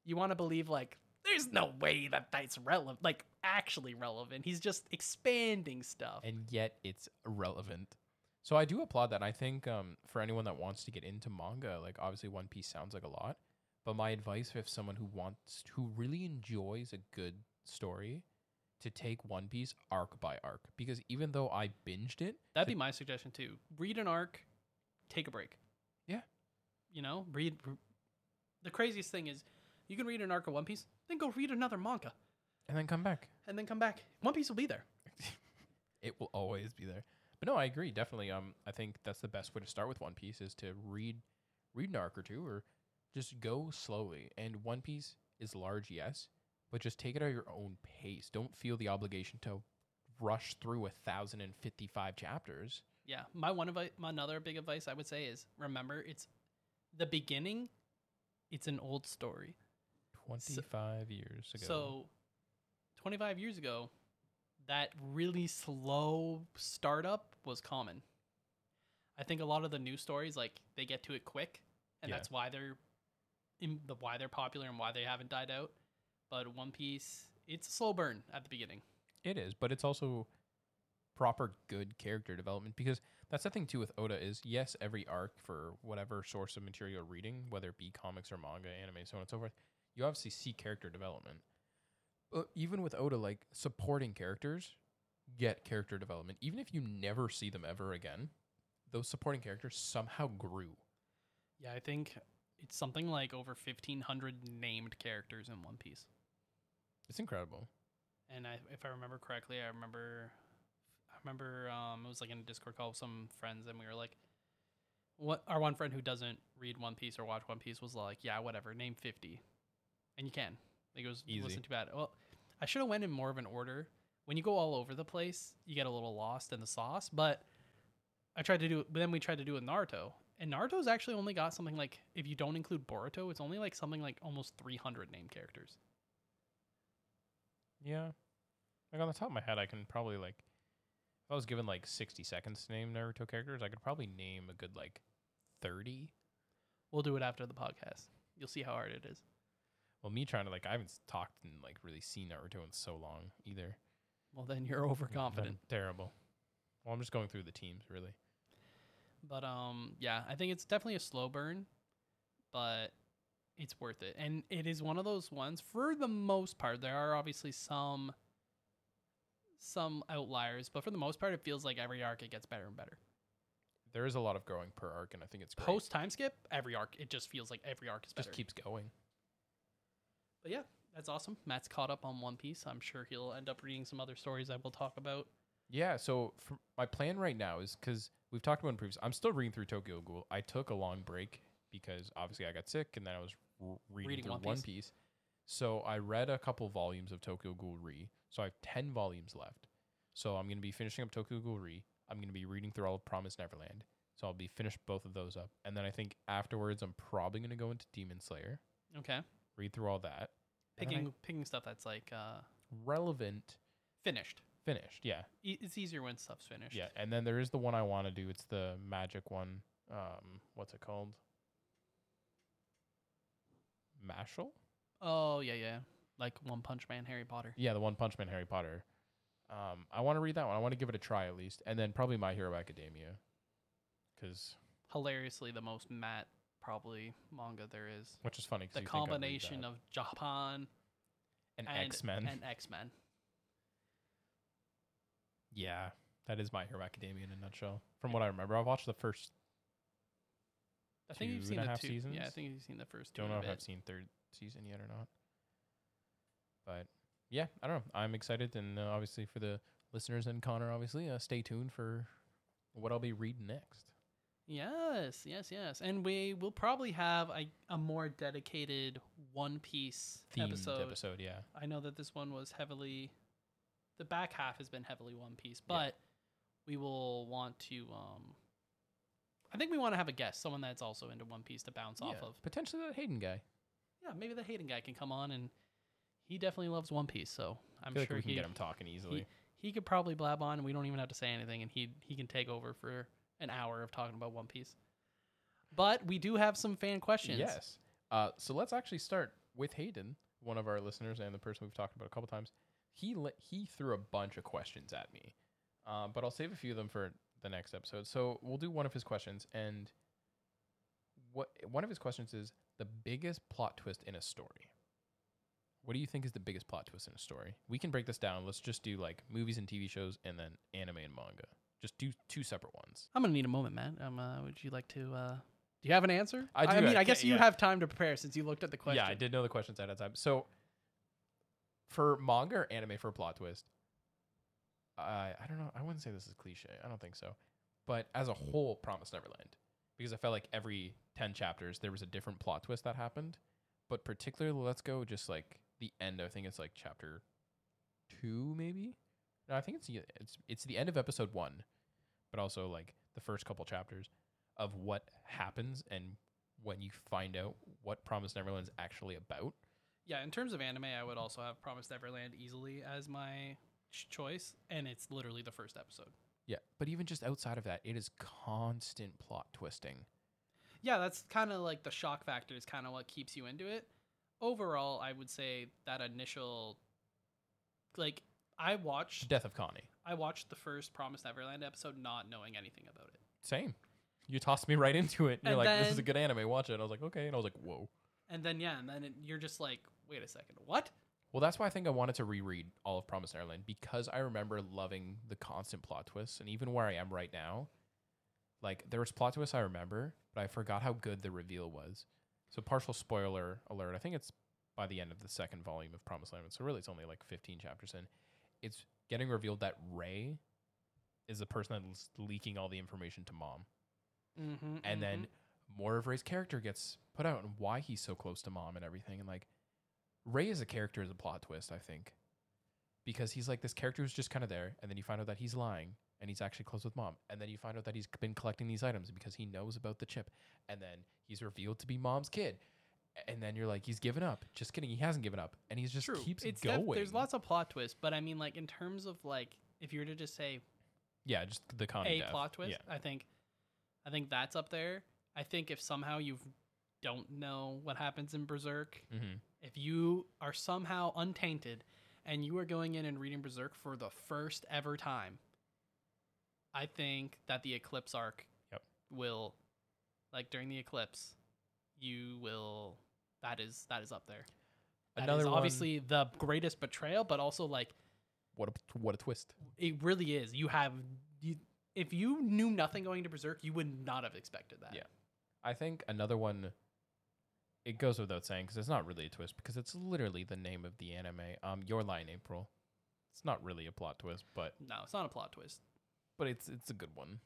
[SPEAKER 1] you want to believe like there's no way that that's relevant like actually relevant he's just expanding stuff
[SPEAKER 2] Oh. and yet it's relevant. So I do applaud that. I think um, for anyone that wants to get into manga, like obviously One Piece sounds like a lot, but my advice if someone who wants who really enjoys a good story to take One Piece arc by arc because even though I binged it,
[SPEAKER 1] that'd be my suggestion too read an arc take a break
[SPEAKER 2] Yeah.
[SPEAKER 1] you know read re- the craziest thing is you can read an arc of one piece then go read another manga
[SPEAKER 2] and then come back,
[SPEAKER 1] and then come back one piece will be there
[SPEAKER 2] <laughs> it will always be there. But no, I agree definitely. Um, I think that's the best way to start with One Piece is to read read an arc or two, or just go slowly. And One Piece is large, yes, but just take it at your own pace. Don't feel the obligation to rush through a thousand and fifty five chapters.
[SPEAKER 1] Yeah, my one advice, my another big advice I would say is remember it's the beginning. It's an old story.
[SPEAKER 2] Twenty five years ago.
[SPEAKER 1] So, 25 years ago, that really slow startup was common. I think a lot of the news stories like they get to it quick, and
[SPEAKER 2] Yeah.
[SPEAKER 1] that's why they're in the why they're popular and why they haven't died out. But One Piece, it's a slow burn at the beginning.
[SPEAKER 2] It is, but it's also proper good character development because that's the thing too with Oda is yes, every arc for whatever source of material you're reading, whether it be comics or manga, anime, so on and so forth, you obviously see character development. But even with Oda, like supporting characters get character development. Even if you never see them ever again, those supporting characters somehow grew.
[SPEAKER 1] Yeah, I think it's something like over 1,500 named characters in One Piece.
[SPEAKER 2] It's incredible.
[SPEAKER 1] And I, if I remember correctly, I remember, I remember um, it was like in a Discord call with some friends, and we were like, "What?" Our one friend who doesn't read One Piece or watch One Piece was like, "Yeah, whatever, name 50. and you can. Like it was it
[SPEAKER 2] Easy.
[SPEAKER 1] wasn't too bad. Well, I should have went in more of an order. When you go all over the place, you get a little lost in the sauce. But I tried to do, but then we tried to do it with Naruto, and Naruto's actually only got something like, if you don't include Boruto, it's only like something like almost 300 named characters.
[SPEAKER 2] Yeah. Like on the top of my head, I can probably like if I was given like 60 seconds to name Naruto characters, I could probably name a good like 30.
[SPEAKER 1] We'll do it after the podcast. You'll see how hard it is.
[SPEAKER 2] Well, me trying to like I haven't s- talked and like really seen Naruto in so long either.
[SPEAKER 1] Well, then you're <laughs> overconfident.
[SPEAKER 2] I'm terrible. Well, I'm just going through the teams really.
[SPEAKER 1] But um, yeah, I think it's definitely a slow burn, but it's worth it. And it is one of those ones for the most part. There are obviously some some outliers, but for the most part, it feels like every arc it gets better and better.
[SPEAKER 2] There is a lot of growing per arc, and I think it's great.
[SPEAKER 1] Post time skip, every arc it just feels like every arc is better.
[SPEAKER 2] just keeps going.
[SPEAKER 1] But yeah, that's awesome. Matt's caught up on One Piece. I'm sure he'll end up reading some other stories that we'll talk about.
[SPEAKER 2] Yeah. So fr my plan right now is because we've talked about in previous. I'm still reading through Tokyo Ghoul. I took a long break because obviously I got sick, and then I was r- reading,
[SPEAKER 1] Reading
[SPEAKER 2] through
[SPEAKER 1] One
[SPEAKER 2] One,
[SPEAKER 1] Piece.
[SPEAKER 2] Piece. So I read a couple volumes of Tokyo Ghoul Re. So I have ten volumes left. So I'm gonna be finishing up Tokyo Ghoul Re. I'm gonna be reading through all of Promised Neverland. So I'll be finished both of those up, and then I think afterwards I'm probably gonna go into Demon Slayer,
[SPEAKER 1] Okay,
[SPEAKER 2] read through all that. And then I-
[SPEAKER 1] picking picking stuff that's like uh,
[SPEAKER 2] relevant
[SPEAKER 1] finished.
[SPEAKER 2] finished. Yeah,
[SPEAKER 1] E- it's easier when stuff's finished.
[SPEAKER 2] Yeah, and then there is the one I want to do. It's the magic one. Um, what's it called? Mashal?
[SPEAKER 1] Oh yeah, yeah. Like One Punch Man, Harry Potter.
[SPEAKER 2] Yeah, the One Punch Man Harry Potter. Um, I want to read that one. I want to give it a try at least, and then probably My Hero Academia, because
[SPEAKER 1] Hilariously, the most Matt probably manga there is.
[SPEAKER 2] which is funny. 'cause
[SPEAKER 1] The
[SPEAKER 2] you'd think I'd read
[SPEAKER 1] combination
[SPEAKER 2] that.
[SPEAKER 1] of Japan and
[SPEAKER 2] an X Men.
[SPEAKER 1] and X Men.
[SPEAKER 2] <laughs> Yeah, that is My Hero Academia in a nutshell. From what I remember, I've watched the first.
[SPEAKER 1] I think you've
[SPEAKER 2] Two
[SPEAKER 1] seen
[SPEAKER 2] and a
[SPEAKER 1] the
[SPEAKER 2] half
[SPEAKER 1] two. Yeah, I
[SPEAKER 2] seasons?
[SPEAKER 1] think you've seen the first two.
[SPEAKER 2] Don't
[SPEAKER 1] in a
[SPEAKER 2] know if I've
[SPEAKER 1] bit.
[SPEAKER 2] seen third season yet or not. But yeah, I don't know. I'm excited, and uh, obviously for the listeners and Connor, obviously, uh, stay tuned for what I'll be reading next.
[SPEAKER 1] Yes, yes, yes. And we will probably have a, a more dedicated One Piece
[SPEAKER 2] Themed
[SPEAKER 1] episode.
[SPEAKER 2] episode, yeah.
[SPEAKER 1] I know that this one was heavily. The back half has been heavily One Piece, but
[SPEAKER 2] Yeah.
[SPEAKER 1] we will want to. um I think we want to have a guest, someone that's also into One Piece to bounce off
[SPEAKER 2] Yeah,
[SPEAKER 1] of.
[SPEAKER 2] Potentially that Hayden guy.
[SPEAKER 1] yeah, maybe the Hayden guy can come on and he definitely loves One Piece, so
[SPEAKER 2] i
[SPEAKER 1] I'm
[SPEAKER 2] feel
[SPEAKER 1] sure
[SPEAKER 2] like we can
[SPEAKER 1] he,
[SPEAKER 2] get him talking easily.
[SPEAKER 1] he could probably blab on and we don't even have to say anything and he he can take over for an hour of talking about One Piece. But we do have some fan questions.
[SPEAKER 2] Yes. Uh, so let's actually start with Hayden, one of our listeners and the person we've talked about a couple times. He le- he threw a bunch of questions at me, uh, but I'll save a few of them for the next episode. So we'll do one of his questions, and what one of his questions is the biggest plot twist in a story. What do you think is the biggest plot twist in a story? We can break this down. Let's just do like movies and TV shows, and then anime and manga. Just do two separate ones.
[SPEAKER 1] I'm gonna need a moment, Matt. Um, uh, would you like to? Uh, do you have an answer?
[SPEAKER 2] I
[SPEAKER 1] I
[SPEAKER 2] do,
[SPEAKER 1] mean,
[SPEAKER 2] I
[SPEAKER 1] I guess
[SPEAKER 2] ca-
[SPEAKER 1] you
[SPEAKER 2] yeah.
[SPEAKER 1] have time to prepare since you looked at the question.
[SPEAKER 2] Yeah, I did know the questions ahead of time. So for manga or anime for a plot twist, I I don't know. I wouldn't say this is cliche. I don't think so. But as a whole, Promise Neverland, because I felt like every ten chapters there was a different plot twist that happened. But particularly, let's go just like the end. I think it's like chapter two, maybe. No, I think it's the- it's it's the end of episode one, but also like the first couple chapters of what happens and when you find out what Promise Neverland's actually about.
[SPEAKER 1] Yeah, in terms of anime, I would also have Promised Neverland easily as my ch- choice, and it's literally the first episode.
[SPEAKER 2] Yeah, but even just outside of that, it is constant plot twisting.
[SPEAKER 1] yeah, that's kind of like the shock factor is kind of what keeps you into it. Overall, I would say that initial, like, I watched
[SPEAKER 2] Death of Connie.
[SPEAKER 1] I watched the first Promise Neverland episode not knowing anything about it,
[SPEAKER 2] Same. You tossed me right into it. You're
[SPEAKER 1] And
[SPEAKER 2] like, this is a
[SPEAKER 1] then-
[SPEAKER 2] good anime. Watch it. And I was like, okay. And I was like, whoa.
[SPEAKER 1] and then yeah, and then it, you're just like, wait a second, what?
[SPEAKER 2] Well, that's why I think I wanted to reread all of Promised Neverland because I remember loving the constant plot twists and even where I am right now. Like there was plot twists I remember, but I forgot how good the reveal was. So partial spoiler alert. I think it's by the end of the second volume of Promised Neverland. So really, it's only like 15 chapters in. It's getting revealed that Ray is the person that's leaking all the information to Mom
[SPEAKER 1] Mm-hmm,
[SPEAKER 2] and then more of Ray's character gets put out and why he's so close to mom and everything. And like Ray as a character is a plot twist, I think, because he's like this character who's just kind of there, and then you find out that he's lying and he's actually close with mom, and then you find out that he's been collecting these items because he knows about the chip, and then he's revealed to be mom's kid. And then you're like, he's given up. Just kidding, he hasn't given up, and he just
[SPEAKER 1] true,
[SPEAKER 2] keeps
[SPEAKER 1] it's
[SPEAKER 2] going.
[SPEAKER 1] def- there's lots of plot twists, but I mean, like in terms of like if you were to just say
[SPEAKER 2] yeah, just the con
[SPEAKER 1] a plot twist. I think, I think that's up there. I think if somehow you don't know what happens in Berserk,
[SPEAKER 2] Yeah. hmm
[SPEAKER 1] if you are somehow untainted and you are going in and reading Berserk for the first ever time, I think that the Eclipse arc
[SPEAKER 2] Yep.
[SPEAKER 1] will, like during the Eclipse, you will. That is that is up there. That is
[SPEAKER 2] Another one-
[SPEAKER 1] obviously the greatest betrayal, but also like
[SPEAKER 2] What a what a twist.
[SPEAKER 1] it really is. You have you if you knew nothing going to Berserk, you would not have expected that.
[SPEAKER 2] Yeah. I think another one. It goes without saying because it's not really a twist because it's literally the name of the anime. Um, Your Lie in April. It's not really a plot twist, but
[SPEAKER 1] No, it's not a plot twist.
[SPEAKER 2] but it's it's a good one.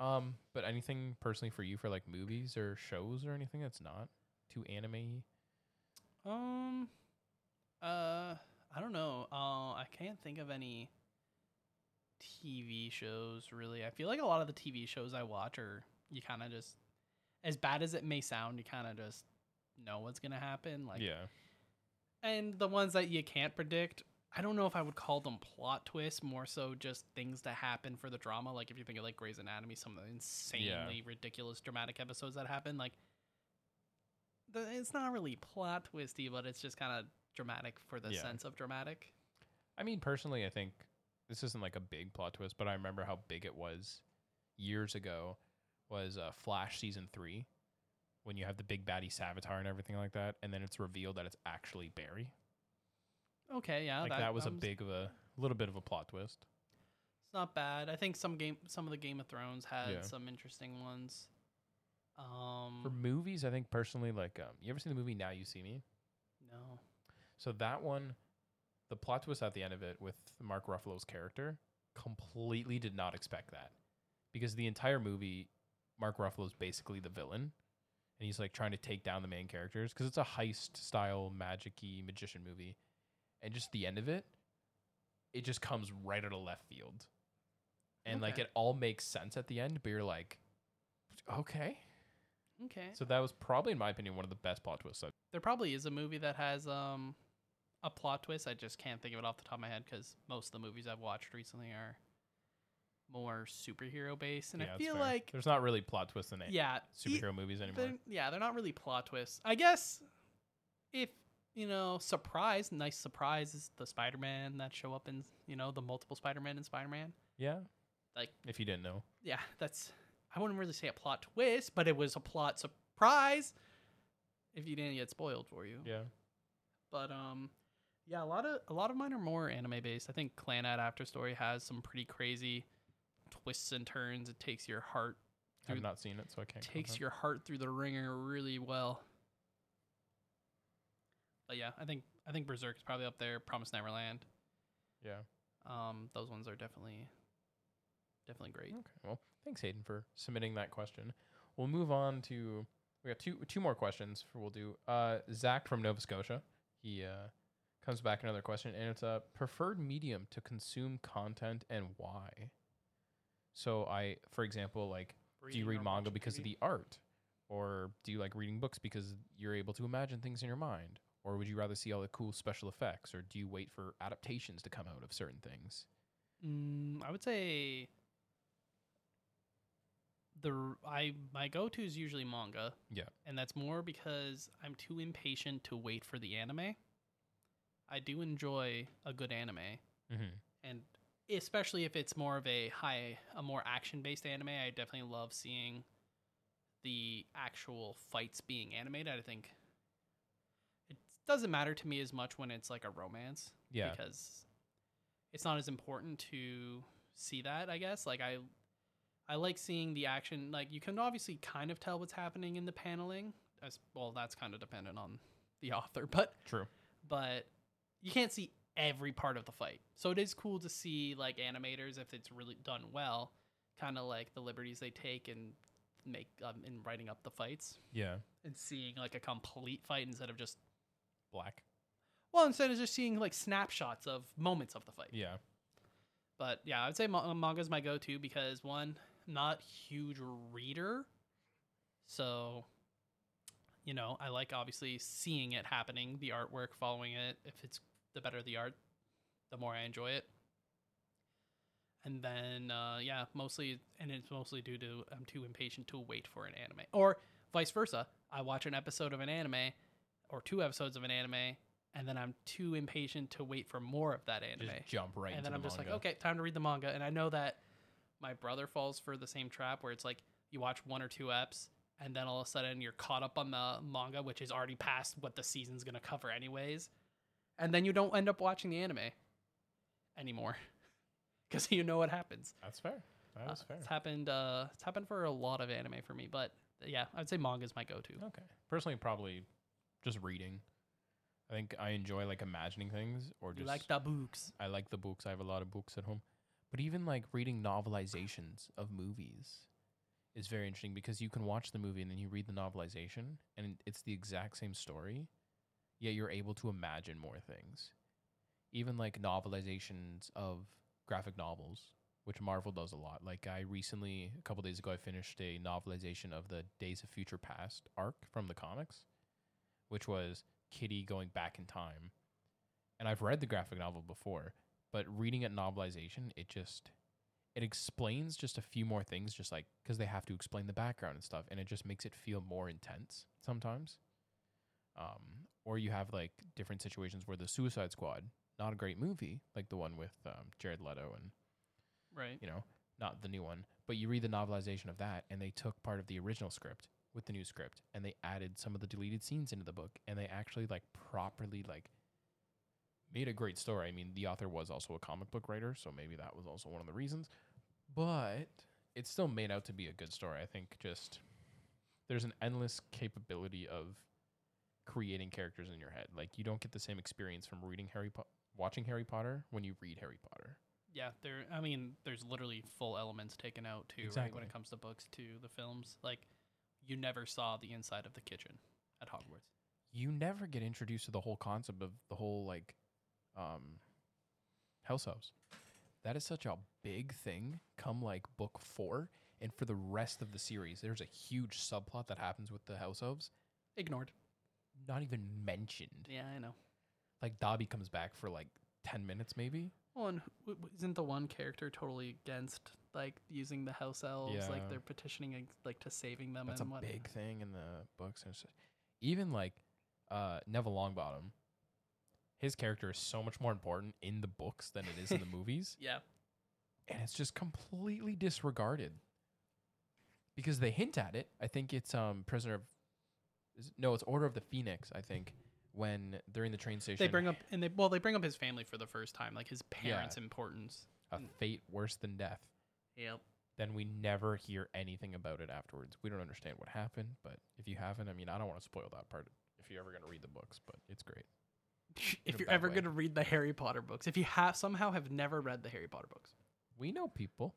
[SPEAKER 2] Um, but anything personally for you for like movies or shows or anything that's not too anime.
[SPEAKER 1] Um uh I don't know. Uh I can't think of any TV shows really. I feel like a lot of the TV shows I watch are you kind of just as bad as it may sound, you kind of just know what's going to happen like
[SPEAKER 2] yeah,
[SPEAKER 1] and the ones that you can't predict i don't know if i would call them plot twists more so just things that happen for the drama like if you think of like grey's anatomy some of the insanely ridiculous dramatic episodes that happen like the, it's not really plot twisty but it's just kind of dramatic for the
[SPEAKER 2] Yeah.
[SPEAKER 1] sense of dramatic
[SPEAKER 2] I mean personally, I think this isn't like a big plot twist, but I remember how big it was years ago. Was uh, Flash season three when you have the big baddie Savitar and everything like that, and then it's revealed that it's actually Barry.
[SPEAKER 1] okay yeah
[SPEAKER 2] like Oh, that, was a big of a little bit of a plot twist.
[SPEAKER 1] it's not bad i think some game some of the game of thrones had
[SPEAKER 2] Yeah.
[SPEAKER 1] some interesting ones um
[SPEAKER 2] For movies, I think personally, like um, you ever seen the movie Now You See Me?
[SPEAKER 1] no
[SPEAKER 2] So that one, the plot twist at the end of it with Mark Ruffalo's character, completely did not expect that because the entire movie, Mark Ruffalo's basically the villain, and he's like trying to take down the main characters because it's a heist style magic-y magician movie, and just the end of it, it just comes right out of left field, and like
[SPEAKER 1] Okay.
[SPEAKER 2] it all makes sense at the end, but you're like, okay.
[SPEAKER 1] okay
[SPEAKER 2] So that was probably, in my opinion, one of the best plot twists. I've-
[SPEAKER 1] there probably is a movie that has um a plot twist. I just can't think of it off the top of my head because most of the movies I've watched recently are more superhero based, and
[SPEAKER 2] Yeah,
[SPEAKER 1] I
[SPEAKER 2] it's
[SPEAKER 1] feel
[SPEAKER 2] fair.
[SPEAKER 1] like
[SPEAKER 2] there's not really plot twists in it.
[SPEAKER 1] yeah, e-
[SPEAKER 2] superhero movies anymore.
[SPEAKER 1] they're, yeah, they're not really plot twists. I guess if you know, surprise, nice surprise is the Spider Man that show up in you know the multiple Spider Man and Spider Man.
[SPEAKER 2] yeah,
[SPEAKER 1] like-
[SPEAKER 2] if you didn't know,
[SPEAKER 1] Yeah, that's I wouldn't really say a plot twist, but it was a plot surprise. If you didn't get spoiled for you,
[SPEAKER 2] yeah,
[SPEAKER 1] But um, yeah, a lot of a lot of mine are more anime based. I think Clan at After Story has some pretty crazy twists and turns. It takes your heart
[SPEAKER 2] I've
[SPEAKER 1] Dude,
[SPEAKER 2] not seen it, so I can't.
[SPEAKER 1] takes your heart through the ringer really well. But yeah, I think I think Berserk is probably up there. Promise Neverland.
[SPEAKER 2] yeah.
[SPEAKER 1] Um, those ones are definitely definitely great.
[SPEAKER 2] Okay, well, thanks Hayden for submitting that question. We'll move on to we got two two more questions for we'll do. Uh, Zach from Nova Scotia, he uh, comes back another question, and it's a preferred medium to consume content and why. So I, for example, like do you read manga because of the art or do you like reading books because you're able to imagine things in your mind or would you rather see all the cool special effects or do you wait for adaptations to come out of certain things
[SPEAKER 1] Mm, I would say the r- I my go to is usually manga.
[SPEAKER 2] Yeah.
[SPEAKER 1] And that's more because I'm too impatient to wait for the anime. I do enjoy a good anime,
[SPEAKER 2] Mm-hmm.
[SPEAKER 1] and especially if it's more of a high a more action based anime, I definitely love seeing the actual fights being animated. I think it doesn't matter to me as much when it's like a romance
[SPEAKER 2] Yeah.
[SPEAKER 1] because it's not as important to see that i guess like i i like seeing the action like you can obviously kind of tell what's happening in the paneling as well that's kind of dependent on the <laughs> author but
[SPEAKER 2] True.
[SPEAKER 1] but you can't see every part of the fight so it is cool to see like animators if it's really done well kind of like the liberties they take and make um, in writing up the fights
[SPEAKER 2] Yeah.
[SPEAKER 1] and seeing like a complete fight instead of just
[SPEAKER 2] Black.
[SPEAKER 1] well instead of just seeing like snapshots of moments of the fight
[SPEAKER 2] Yeah.
[SPEAKER 1] but yeah, I would say ma- manga's my go-to because one, I'm not huge reader, so you know I like obviously seeing it happening, the artwork, following it. If it's the better the art, the more I enjoy it. And then uh, yeah, mostly, and it's mostly due to I'm too impatient to wait for an anime, or vice versa. I watch an episode of an anime, or two episodes of an anime, and then I'm too impatient to wait for more of that anime
[SPEAKER 2] Just jump right
[SPEAKER 1] and
[SPEAKER 2] into
[SPEAKER 1] then
[SPEAKER 2] the
[SPEAKER 1] I'm just like,
[SPEAKER 2] manga.
[SPEAKER 1] okay, time to read the manga. And I know that my brother falls for the same trap where it's like you watch one or two eps, and then all of a sudden you're caught up on the manga, which is already past what the season's gonna cover anyways, and then you don't end up watching the anime anymore <laughs> because you know what happens.
[SPEAKER 2] That's fair. That
[SPEAKER 1] Uh,
[SPEAKER 2] was fair.
[SPEAKER 1] It's happened. Uh, it's happened for a lot of anime for me, but yeah, I'd say manga's my go-to.
[SPEAKER 2] Okay. Personally, probably just reading. I think I enjoy like imagining things or
[SPEAKER 1] You
[SPEAKER 2] just
[SPEAKER 1] like the books?
[SPEAKER 2] I like the books. I have a lot of books at home. But even like reading novelizations of movies is very interesting because you can watch the movie and then you read the novelization and it's the exact same story, yet you're able to imagine more things. Even like novelizations of graphic novels, which Marvel does a lot. Like I recently, a couple days ago, I finished a novelization of the Days of Future Past arc from the comics, which was Kitty going back in time and I've read the graphic novel before, but reading it novelization, it just it explains just a few more things just like cuz they have to explain the background and stuff and it just makes it feel more intense sometimes. Um or you have like different situations where the Suicide Squad, not a great movie, like the one with um, Jared Leto and
[SPEAKER 1] Right.
[SPEAKER 2] you know, not the new one, but you read the novelization of that, and they took part of the original script with the new script, and they added some of the deleted scenes into the book, and they actually like properly like made a great story. I mean, the author was also a comic book writer, so maybe that was also one of the reasons, but it still made out to be a good story. I think just there's an endless capability of creating characters in your head. Like you don't get the same experience from reading Harry Potter, watching Harry Potter when you read Harry Potter.
[SPEAKER 1] Yeah, there. I mean, there's literally full elements taken out too, right? When
[SPEAKER 2] Exactly.
[SPEAKER 1] it comes to books to the films, like you never saw the inside of the kitchen at Hogwarts.
[SPEAKER 2] you never get introduced to the whole concept of the whole like um house house that is such a big thing come like book four and for the rest of the series there's a huge subplot that happens with the house elves
[SPEAKER 1] Ignored.
[SPEAKER 2] not even mentioned
[SPEAKER 1] Yeah, I know.
[SPEAKER 2] like dobby comes back for like 10 minutes maybe
[SPEAKER 1] Well, and who- w- isn't the one character totally against like using the house elves?
[SPEAKER 2] Yeah.
[SPEAKER 1] Like they're petitioning ag- like to saving them
[SPEAKER 2] that's a
[SPEAKER 1] and what?
[SPEAKER 2] big thing in the books and it's just- even like uh neville longbottom his character is so much more important in the books than it is in the movies
[SPEAKER 1] Yeah,
[SPEAKER 2] and it's just completely disregarded because they hint at it. I think it's um prisoner of is, no, it's Order of the Phoenix. I think when they're in the train station,
[SPEAKER 1] they bring up and they well they bring up his family for the first time, like his parents' importance.
[SPEAKER 2] a fate worse than death. <laughs>
[SPEAKER 1] Yep.
[SPEAKER 2] Then we never hear anything about it afterwards. We don't understand what happened, but if you haven't, I mean, I don't want to spoil that part if you're ever gonna read the books, but it's great. In a
[SPEAKER 1] if you're
[SPEAKER 2] bad
[SPEAKER 1] ever
[SPEAKER 2] way.
[SPEAKER 1] gonna read the Harry Potter books, if you have somehow have never read the Harry Potter books,
[SPEAKER 2] We know people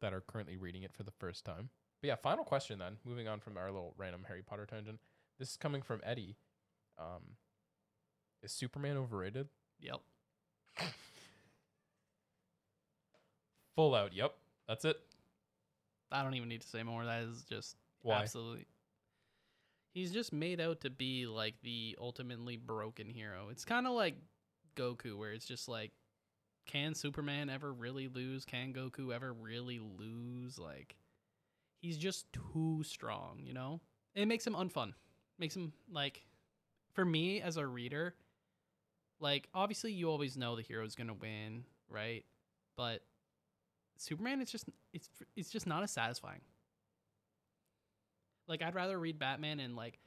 [SPEAKER 2] that are currently reading it for the first time. But yeah, final question then. Moving on from our little random Harry Potter tangent. This is coming from Eddie. Um, is Superman overrated?
[SPEAKER 1] yep.
[SPEAKER 2] Full out. Yep, that's it.
[SPEAKER 1] I don't even need to say more. That is just
[SPEAKER 2] Why?
[SPEAKER 1] Absolutely. He's just made out to be like the ultimately broken hero. It's kind of like Goku, where it's just like, can Superman ever really lose? Can Goku ever really lose? Like, he's just too strong, you know? It makes him unfun. Makes him like for me as a reader, like obviously you always know the hero's going to win, right? But Superman it's just it's it's just not as satisfying. Like I'd rather read Batman and like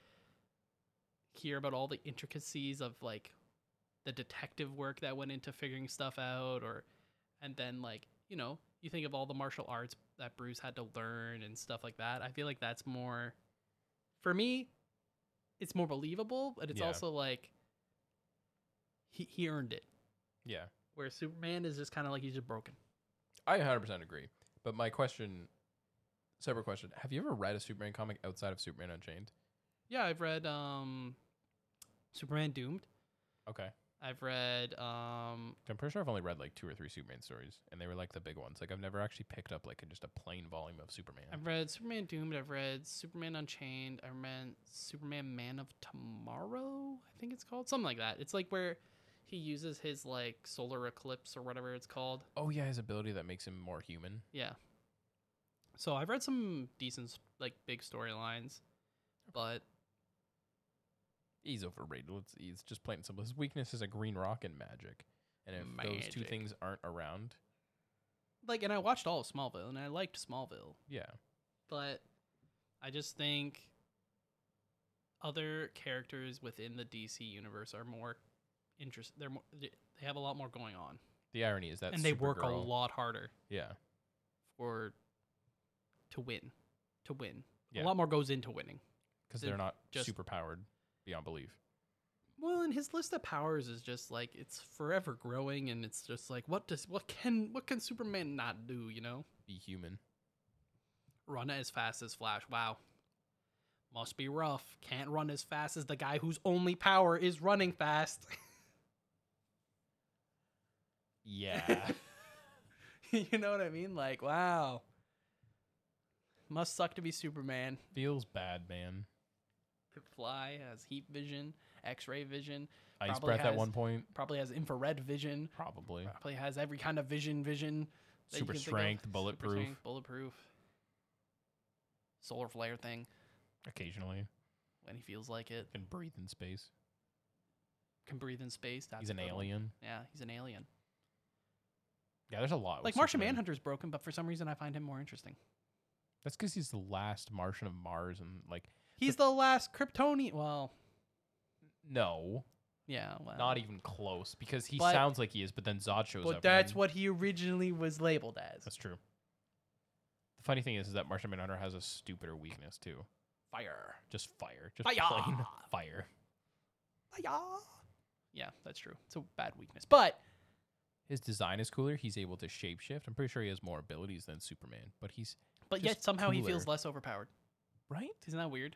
[SPEAKER 1] hear about all the intricacies of like the detective work that went into figuring stuff out or and then like, you know, you think of all the martial arts that Bruce had to learn and stuff like that. I feel like that's more for me it's more believable, but it's
[SPEAKER 2] Yeah.
[SPEAKER 1] also like he he earned it.
[SPEAKER 2] Yeah.
[SPEAKER 1] Where Superman is just kind of like he's just broken.
[SPEAKER 2] I 100% agree. But my question, separate question, have you ever read a Superman comic outside of Superman Unchained?
[SPEAKER 1] Yeah, I've read um Superman Doomed.
[SPEAKER 2] Okay.
[SPEAKER 1] I've read um
[SPEAKER 2] I'm pretty sure I've only read like two or three Superman stories, and they were like the big ones. Like I've never actually picked up like a, just a plain volume of Superman.
[SPEAKER 1] I've read Superman Doomed, I've read Superman Unchained, I read Superman Man of Tomorrow, I think it's called. Something like that. It's like where he uses his like solar eclipse or whatever it's called.
[SPEAKER 2] oh yeah, his ability that makes him more human.
[SPEAKER 1] Yeah. So I've read some decent s- like big storylines, but
[SPEAKER 2] He's overrated. Let's, he's just plain and simple. His weakness is a green rock and magic, and if those two
[SPEAKER 1] Magic.
[SPEAKER 2] things aren't around,
[SPEAKER 1] like and I watched all of Smallville and I liked Smallville.
[SPEAKER 2] yeah,
[SPEAKER 1] but I just think other characters within the DC universe are more interest. They're more. They they have a lot more going on,
[SPEAKER 2] the irony is that
[SPEAKER 1] and they work a
[SPEAKER 2] Supergirl-
[SPEAKER 1] lot harder
[SPEAKER 2] Yeah,
[SPEAKER 1] for to win. To win,
[SPEAKER 2] Yeah.
[SPEAKER 1] a lot more goes into winning.
[SPEAKER 2] because
[SPEAKER 1] than
[SPEAKER 2] they're not
[SPEAKER 1] just-
[SPEAKER 2] super powered beyond belief.
[SPEAKER 1] Well, and his list of powers is just like it's forever growing, and it's just like what does what can what can Superman not do? You know,
[SPEAKER 2] Be human.
[SPEAKER 1] run as fast as Flash. Wow. Must be rough. Can't run as fast as the guy whose only power is running
[SPEAKER 2] <laughs>
[SPEAKER 1] fast. <laughs>
[SPEAKER 2] Yeah.
[SPEAKER 1] you know what I mean? Like, wow. Must suck to be Superman.
[SPEAKER 2] <laughs> Feels bad, man.
[SPEAKER 1] Could fly, has heat vision, x ray vision,
[SPEAKER 2] Ice
[SPEAKER 1] Probably
[SPEAKER 2] breath at
[SPEAKER 1] has-
[SPEAKER 2] one point.
[SPEAKER 1] probably has infrared vision,
[SPEAKER 2] Probably.
[SPEAKER 1] probably has every kind of vision vision. that you
[SPEAKER 2] Super
[SPEAKER 1] can think of.
[SPEAKER 2] strength,
[SPEAKER 1] Super
[SPEAKER 2] bulletproof.
[SPEAKER 1] strength, bulletproof. Solar flare thing
[SPEAKER 2] Occasionally.
[SPEAKER 1] when he feels like it.
[SPEAKER 2] Can breathe in space.
[SPEAKER 1] Can breathe in space. That's
[SPEAKER 2] He's
[SPEAKER 1] a
[SPEAKER 2] an
[SPEAKER 1] good one.
[SPEAKER 2] alien.
[SPEAKER 1] Yeah, he's an alien.
[SPEAKER 2] Yeah, there's a lot. with
[SPEAKER 1] Like Martian
[SPEAKER 2] Superman.
[SPEAKER 1] Manhunter's broken, but for some reason I find him more interesting.
[SPEAKER 2] That's because he's the last Martian of Mars, and like,
[SPEAKER 1] He's the last Kryptonian. Well,
[SPEAKER 2] no,
[SPEAKER 1] yeah, well,
[SPEAKER 2] not even close. Because he
[SPEAKER 1] But-
[SPEAKER 2] sounds like he is, but then Zod shows up.
[SPEAKER 1] But
[SPEAKER 2] and
[SPEAKER 1] that's
[SPEAKER 2] then-
[SPEAKER 1] what he originally was labeled as.
[SPEAKER 2] That's true. The funny thing is, is that Martian Manhunter has a stupider weakness too.
[SPEAKER 1] Fire.
[SPEAKER 2] Just fire. Just
[SPEAKER 1] Fire!
[SPEAKER 2] plain <laughs> fire.
[SPEAKER 1] Fire. Yeah, that's true. It's a bad weakness, but
[SPEAKER 2] His design is cooler. He's able to shapeshift. I'm pretty sure he has more abilities than Superman, but he's
[SPEAKER 1] but
[SPEAKER 2] Just
[SPEAKER 1] yet somehow he feels
[SPEAKER 2] cooler.
[SPEAKER 1] less overpowered.
[SPEAKER 2] right.
[SPEAKER 1] Isn't that weird?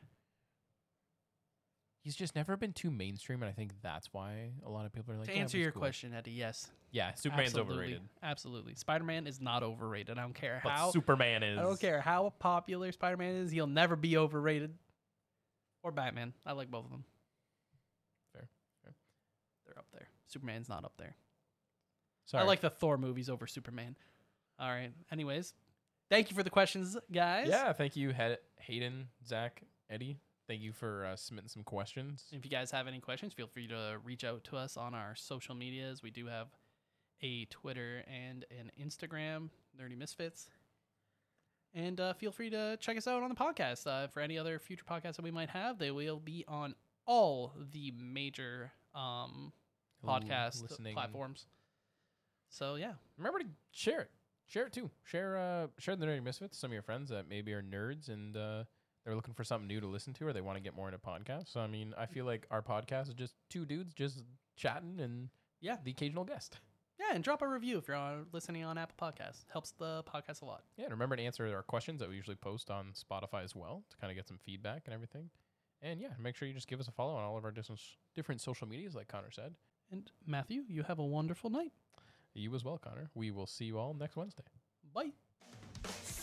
[SPEAKER 2] He's just never been too mainstream, and I think that's why a lot of people are like.
[SPEAKER 1] to
[SPEAKER 2] "Yeah,
[SPEAKER 1] answer
[SPEAKER 2] but he's
[SPEAKER 1] your
[SPEAKER 2] cool."
[SPEAKER 1] question, Eddie, yes,
[SPEAKER 2] yeah, Superman's
[SPEAKER 1] absolutely,
[SPEAKER 2] overrated,
[SPEAKER 1] Absolutely, Spider-Man is not overrated. I don't care
[SPEAKER 2] but
[SPEAKER 1] how.
[SPEAKER 2] Superman is.
[SPEAKER 1] I don't care how popular Spider-Man is. He'll never be overrated. Or Batman. I like both of them.
[SPEAKER 2] Fair, fair.
[SPEAKER 1] They're up there. Superman's not up there.
[SPEAKER 2] Sorry.
[SPEAKER 1] I like the Thor movies over Superman. All right. Anyways, thank you for the questions, guys.
[SPEAKER 2] Yeah, thank you, Hay- Hayden, Zach, Eddie. Thank you for uh, submitting some questions.
[SPEAKER 1] If you guys have any questions, feel free to reach out to us on our social medias. We do have a Twitter and an Instagram, Nerdy Misfits. And uh, feel free to check us out on the podcast. Uh, for any other future podcasts that we might have, they will be on all the major um,
[SPEAKER 2] L-
[SPEAKER 1] podcast
[SPEAKER 2] listening.
[SPEAKER 1] platforms. So, yeah.
[SPEAKER 2] Remember to share it. Share it too. Share uh, share the Nerdy Misfits with some of your friends that maybe are nerds and uh, they're looking for something new to listen to or they want to get more into podcasts. So I mean, I feel like our podcast is just two dudes just chatting and
[SPEAKER 1] Yeah.
[SPEAKER 2] the occasional guest.
[SPEAKER 1] Yeah, and drop a review if you're on, listening on Apple Podcasts. Helps the podcast a lot.
[SPEAKER 2] Yeah, and remember to answer our questions that we usually post on Spotify as well to kind of get some feedback and everything. And yeah, make sure you just give us a follow on all of our different different social medias, like Connor said.
[SPEAKER 1] And Matthew, you have a wonderful night.
[SPEAKER 2] You as well, Connor. We will see you all next Wednesday.
[SPEAKER 1] Bye.
[SPEAKER 3] Superman,